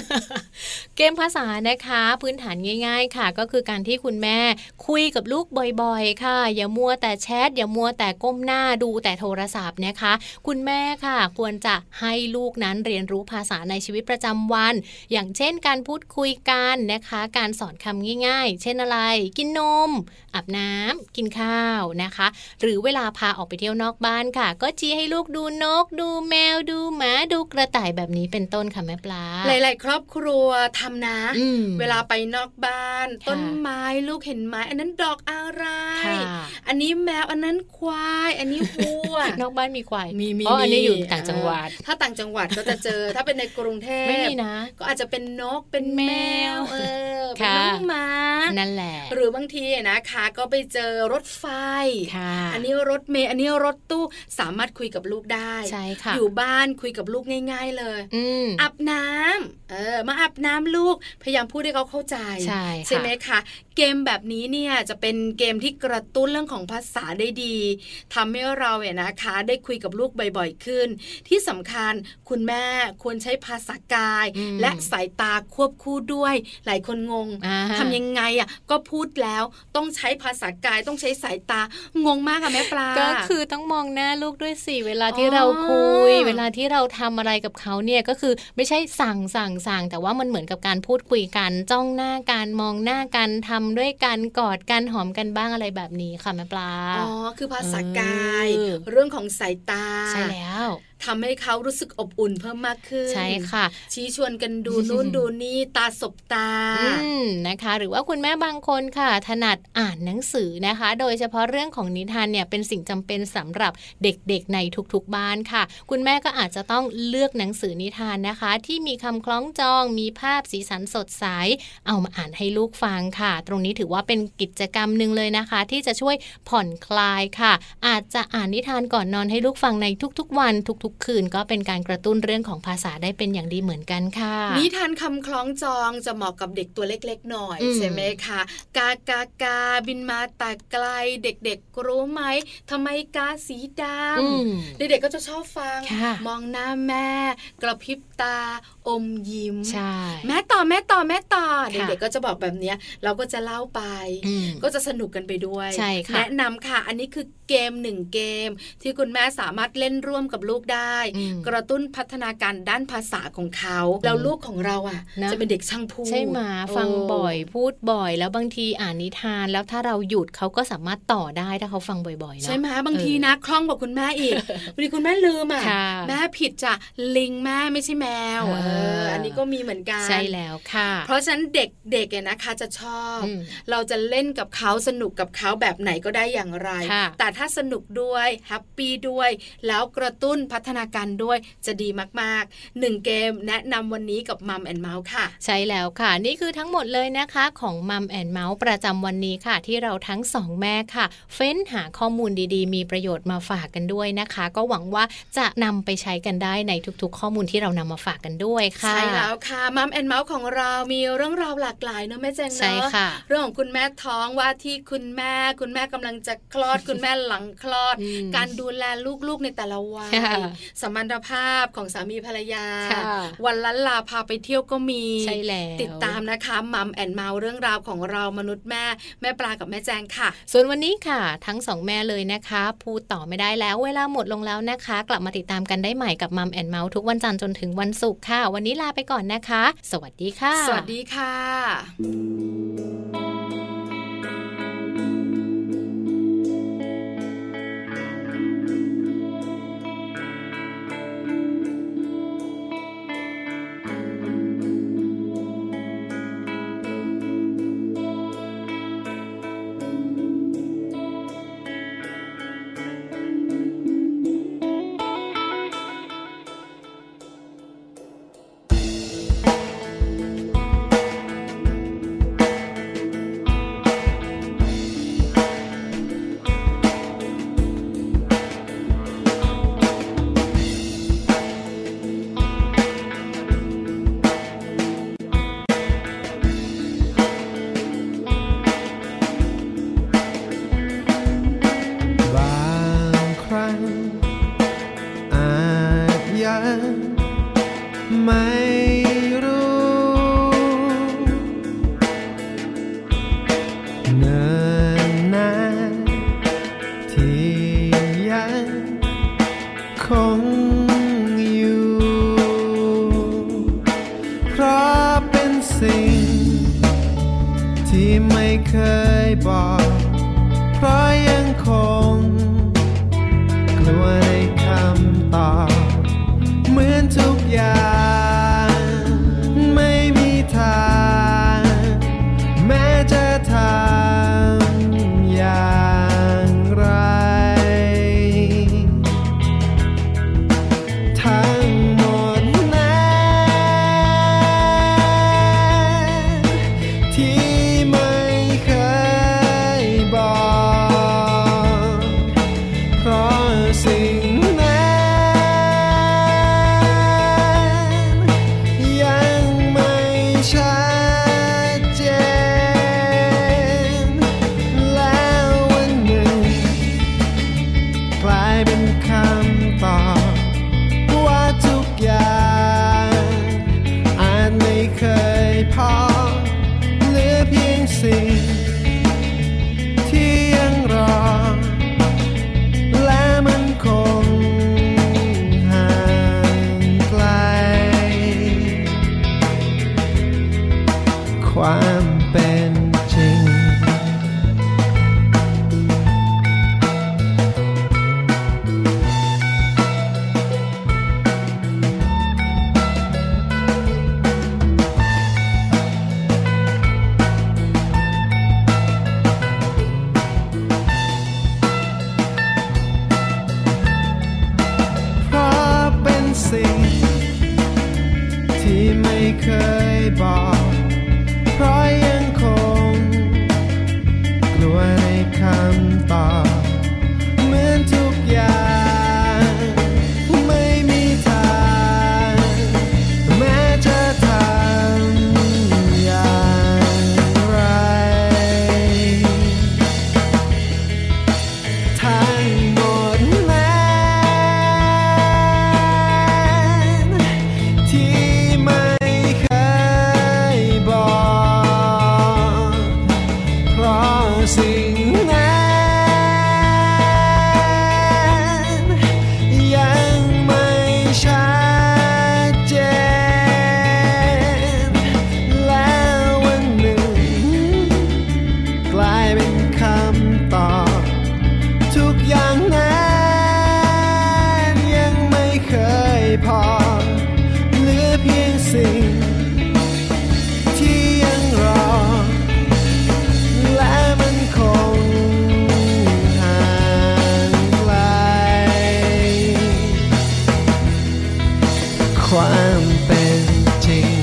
เกมภาษานะคะ พื้นฐานง่าย ๆ ค่ะ ก็คือการที่คุณแม่คุยกับลูกบ่อยๆ ค่ะ อย่ามัวแต่แชทอย่ามัวแต่ก้มหน้าดูแต่โทรศัพท์นะคะ คุณแม่ค่ะ ควรจะให้ลูกนั้นเรียนรู้ภาษาในชีวิตประจำวัน อย่างเช่น การพูดคุยกันนะคะ การสอนคำง่ายๆ เช่นอะไร กินนม อาบน้ำกินข้าวนะคะ หรือเวลาพาออกไปเที่ยวนอกบ้านค่ะ ก็ชี้ให้ลูกดูนก ดูแมวดูหมาดูกระต่ายแบบนี้เป็นต้นค่ะแม่ปลา
หลาย ๆ ครอบครัวทำนะ
อืม
เวลาไปนอกบ้าน
ค่ะ
ต้นไม้ลูกเห็นไหม้อันนั้นดอกอะไร
ค่ะ
อันนี้แมวอันนั้นควาย อันนี้วัว
นอกบ้านมีควาย
มีมี
อ๋ออันนี้
มี
อยู่ต่างจังหวัด
เออถ้าต่างจังหวัดก็จะ เจอ ถ้าเป็นในกรุงเทพ
ไม่มีนะ
ก็อาจจะเป็นนกเป็นแมว
แมว
เออเป็น
ค่ะ
น้องหมา
นั่นแหละ
หรือบางทีนะคะ ก็ไปเจอรถไฟ
ค่ะ
อันนี้รถเมย์อันนี้รถตู้สามารถคุยกับลูกได้
ใช่ค่ะ
อยู่บ้านคุยกับลูกง่าย ๆ เลย
อืม
อาบน้ำเออมาอาบน้ำลูกพยายามพูดให้เขาเข้าใจ
ใช่ค่ะ
ไหมคะเกมแบบนี้เนี่ยจะเป็นเกมที่กระตุ้นเรื่องของภาษาได้ดีทำให้เราเนี่ยนะคะ ได้คุยกับลูกบ่อยๆขึ้น ที่สำคัญคุณแม่ควรใช้ภาษากาย
อืม
และสายตาควบคู่ด้วย หลายคนงง
อ่า
ทำยังไงอ่ะก็พูดแล้วต้องใช้ภาษากายต้องใช้สายตางงมากค่ะแม่ปลา
ก็คือต้องมองหน้าลูกด้วยสิเวลาที่
อ๋อ
เราคุย เวลาที่เราทำอะไรกับเขาเนี่ยก็คือไม่ใช่สั่งสั่งสั่งแต่ว่ามันเหมือนกับการพูดคุยกันจ้องหน้ากันมองหน้ากันทำ ด้วยกันกอดกันหอมกันบ้างอะไรแบบนี้ค่ะแม่ปลา
อ๋อ คือภาษากาย
เออ
เรื่องของสายตา
ใช่แล้ว
ทำให้เขารู้สึกอบอุ่นเพิ่มมากขึ้น
ใช่ค่ะ
ชี้ชวนกันดูนู่นดูนี่ตาสบตา
อืมนะคะ หรือว่าคุณแม่บางคนค่ะ ถนัดอ่านหนังสือนะคะ โดยเฉพาะเรื่องของนิทานเนี่ยเป็นสิ่งจำเป็นสำหรับเด็กๆในทุกๆบ้านค่ะ คุณแม่ก็อาจจะต้องเลือกหนังสือนิทานนะคะ ที่มีคำคล้องจองมีภาพสีสันสดใส เอามาอ่านให้ลูกฟังค่ะ ตรงนี้ถือว่าเป็นกิจกรรมหนึ่งเลยนะคะ ที่จะช่วยผ่อนคลายค่ะ อาจจะอ่านนิทานก่อนนอนให้ลูกฟังในทุกๆ วัน ทุกๆ คืน ก็เป็นการกระตุ้นเรื่องของภาษาได้เป็นอย่างดีเหมือนกันค่ะ
นิทานคำคล้องจองจะเหมาะกับเด็กตัวเล็ก ๆ หน่อย
อืม
ใช่ไหมคะกากากาบินมาแต่ไกลเด็กๆรู้ไหมทำไมกาสีด
อืม
ำเด็กๆก็จะชอบฟัง
ค่ะ
มองหน้าแม่ กระพริบตา อมยิ้ม
ใช่
แม่ต่อแม่ต่อแม่ต่อ
ค่ะ
เด็กๆก็จะบอกแบบเนี้ย เราก็จะเล่าไป
อืม
ก็จะสนุกกันไปด้วย
ใช่ค่ะ
แนะนำค่ะ อันนี้คือเกมหนึ่งเกม ที่คุณแม่สามารถเล่นร่วมกับลูกได้
อืม
กระตุ้นพัฒนาการด้านภาษาของเขา แล้วลูกของเราอ่ะ
นะ
จะเป็นเด็กช่างพูด
ใช่ไหมฟัง
โ
บ่อยพูดบ่อย แล้วบางทีอ่านนิทาน แล้วถ้าเราหยุดเขาก็สามารถต่อได้ถ้าเขาฟังบ่อยๆเนอะ
ใช่ไหมบางทีนะคล่องกว่าคุณแม่อีกบางทีคุณแม่ลืมอ่ะ
ค่ะ
แม่ผิดจ้ะลิงแม่ไม่ใช่แมว
อ่า
เอออันนี้ก็มีเหมือนกัน
ใช่แล้วค่ะ
เพราะฉะนั้นเด็กๆเนี่ยนะคะจะชอบ
อืม
เราจะเล่นกับเขาสนุกกับเขาแบบไหนก็ได้อย่างไร
ค่ะ
แต่ถ้าสนุกด้วยแฮปปี้ด้วย แล้วกระตุ้นพัฒนาการด้วยจะดีมากๆหนึ่งเกมแนะนำวันนี้กับมัมแอนเมาส์ค่ะ
ใช่แล้วค่ะ นี่คือทั้งหมดเลยนะคะของมัมแอนเมาส์ประจำวันนี้ค่ะ ที่เราทั้งสองแม่ค่ะ เฟ้นหาข้อมูลดีๆ มีประโยชน์มาฝากกันด้วยนะคะ ก็หวังว่าจะนำไปใช้กันได้ในทุกๆ ข้อมูลที่เรานำมาฝากกันด้วยค่ะ
ใช่แล้วค่ะมัมแอนเมาส์ของเรามีเรื่องราวหลากหลายเนอะแม่แจง
ใช่
เนาะ
ค่ะ
เรื่องของคุณแม่ท้องว่าที่คุณแม่ คุณแม่กำลังจะคลอด คุณแม่หลังคลอด
อืม
การดูแลลูกๆในแต่ละวัย
ค่ะ
สมรรถภาพของสามีภรรยา
ค่ะ
วันละลาพาไปเที่ยวก็มี
ใช่แล้ว
ติดตามนะคะมัมแอนเมาเรื่องราวของเรามนุษย์แม่ แม่ปลากับแม่แจงค่ะ
ส่วนวันนี้ค่ะ ทั้งสองแม่เลยนะคะ พูดต่อไม่ได้แล้วเวลาหมดลงแล้วนะคะ กลับมาติดตามกันได้ใหม่กับมัมแอนเมาส์ทุกวันจันทร์จนถึงวันศุกร์ค่ะ วันนี้ลาไปก่อนนะคะ สวัสดีค่ะ
สวัสดีค่ะ
บางครั้ง อาจยังไม่รู้ เนินนานที่ยังคงอยู่ เพราะเป็นสิ่ง ที่ไม่เคยบอก เพราะยังคง กลัวในคำตอบ เหมือนทุกอย่าง ไม่มีทาง แม้จะทำอย่างไร ทั้งหมดนั้น ที่ไม่เคยบอก สิ่งนั้นยังไม่ชัดเจนและวันหนึ่ง กลายเป็นคำตอบ ทุกอย่างนั้นยังไม่เคยพอเหลือเพียงสิ่ง ที่ยังรอ และมันคงห่างไกล ความเป็นจริง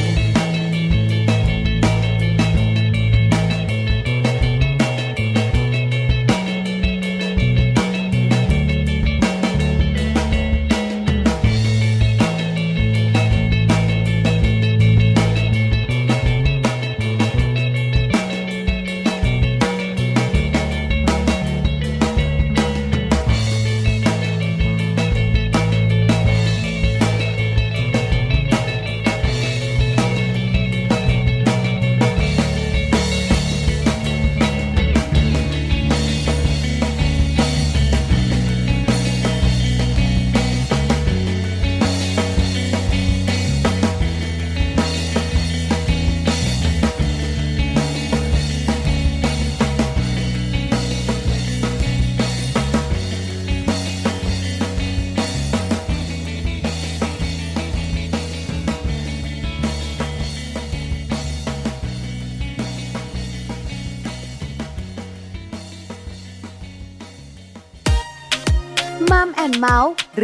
มัมแอนเมาส์เ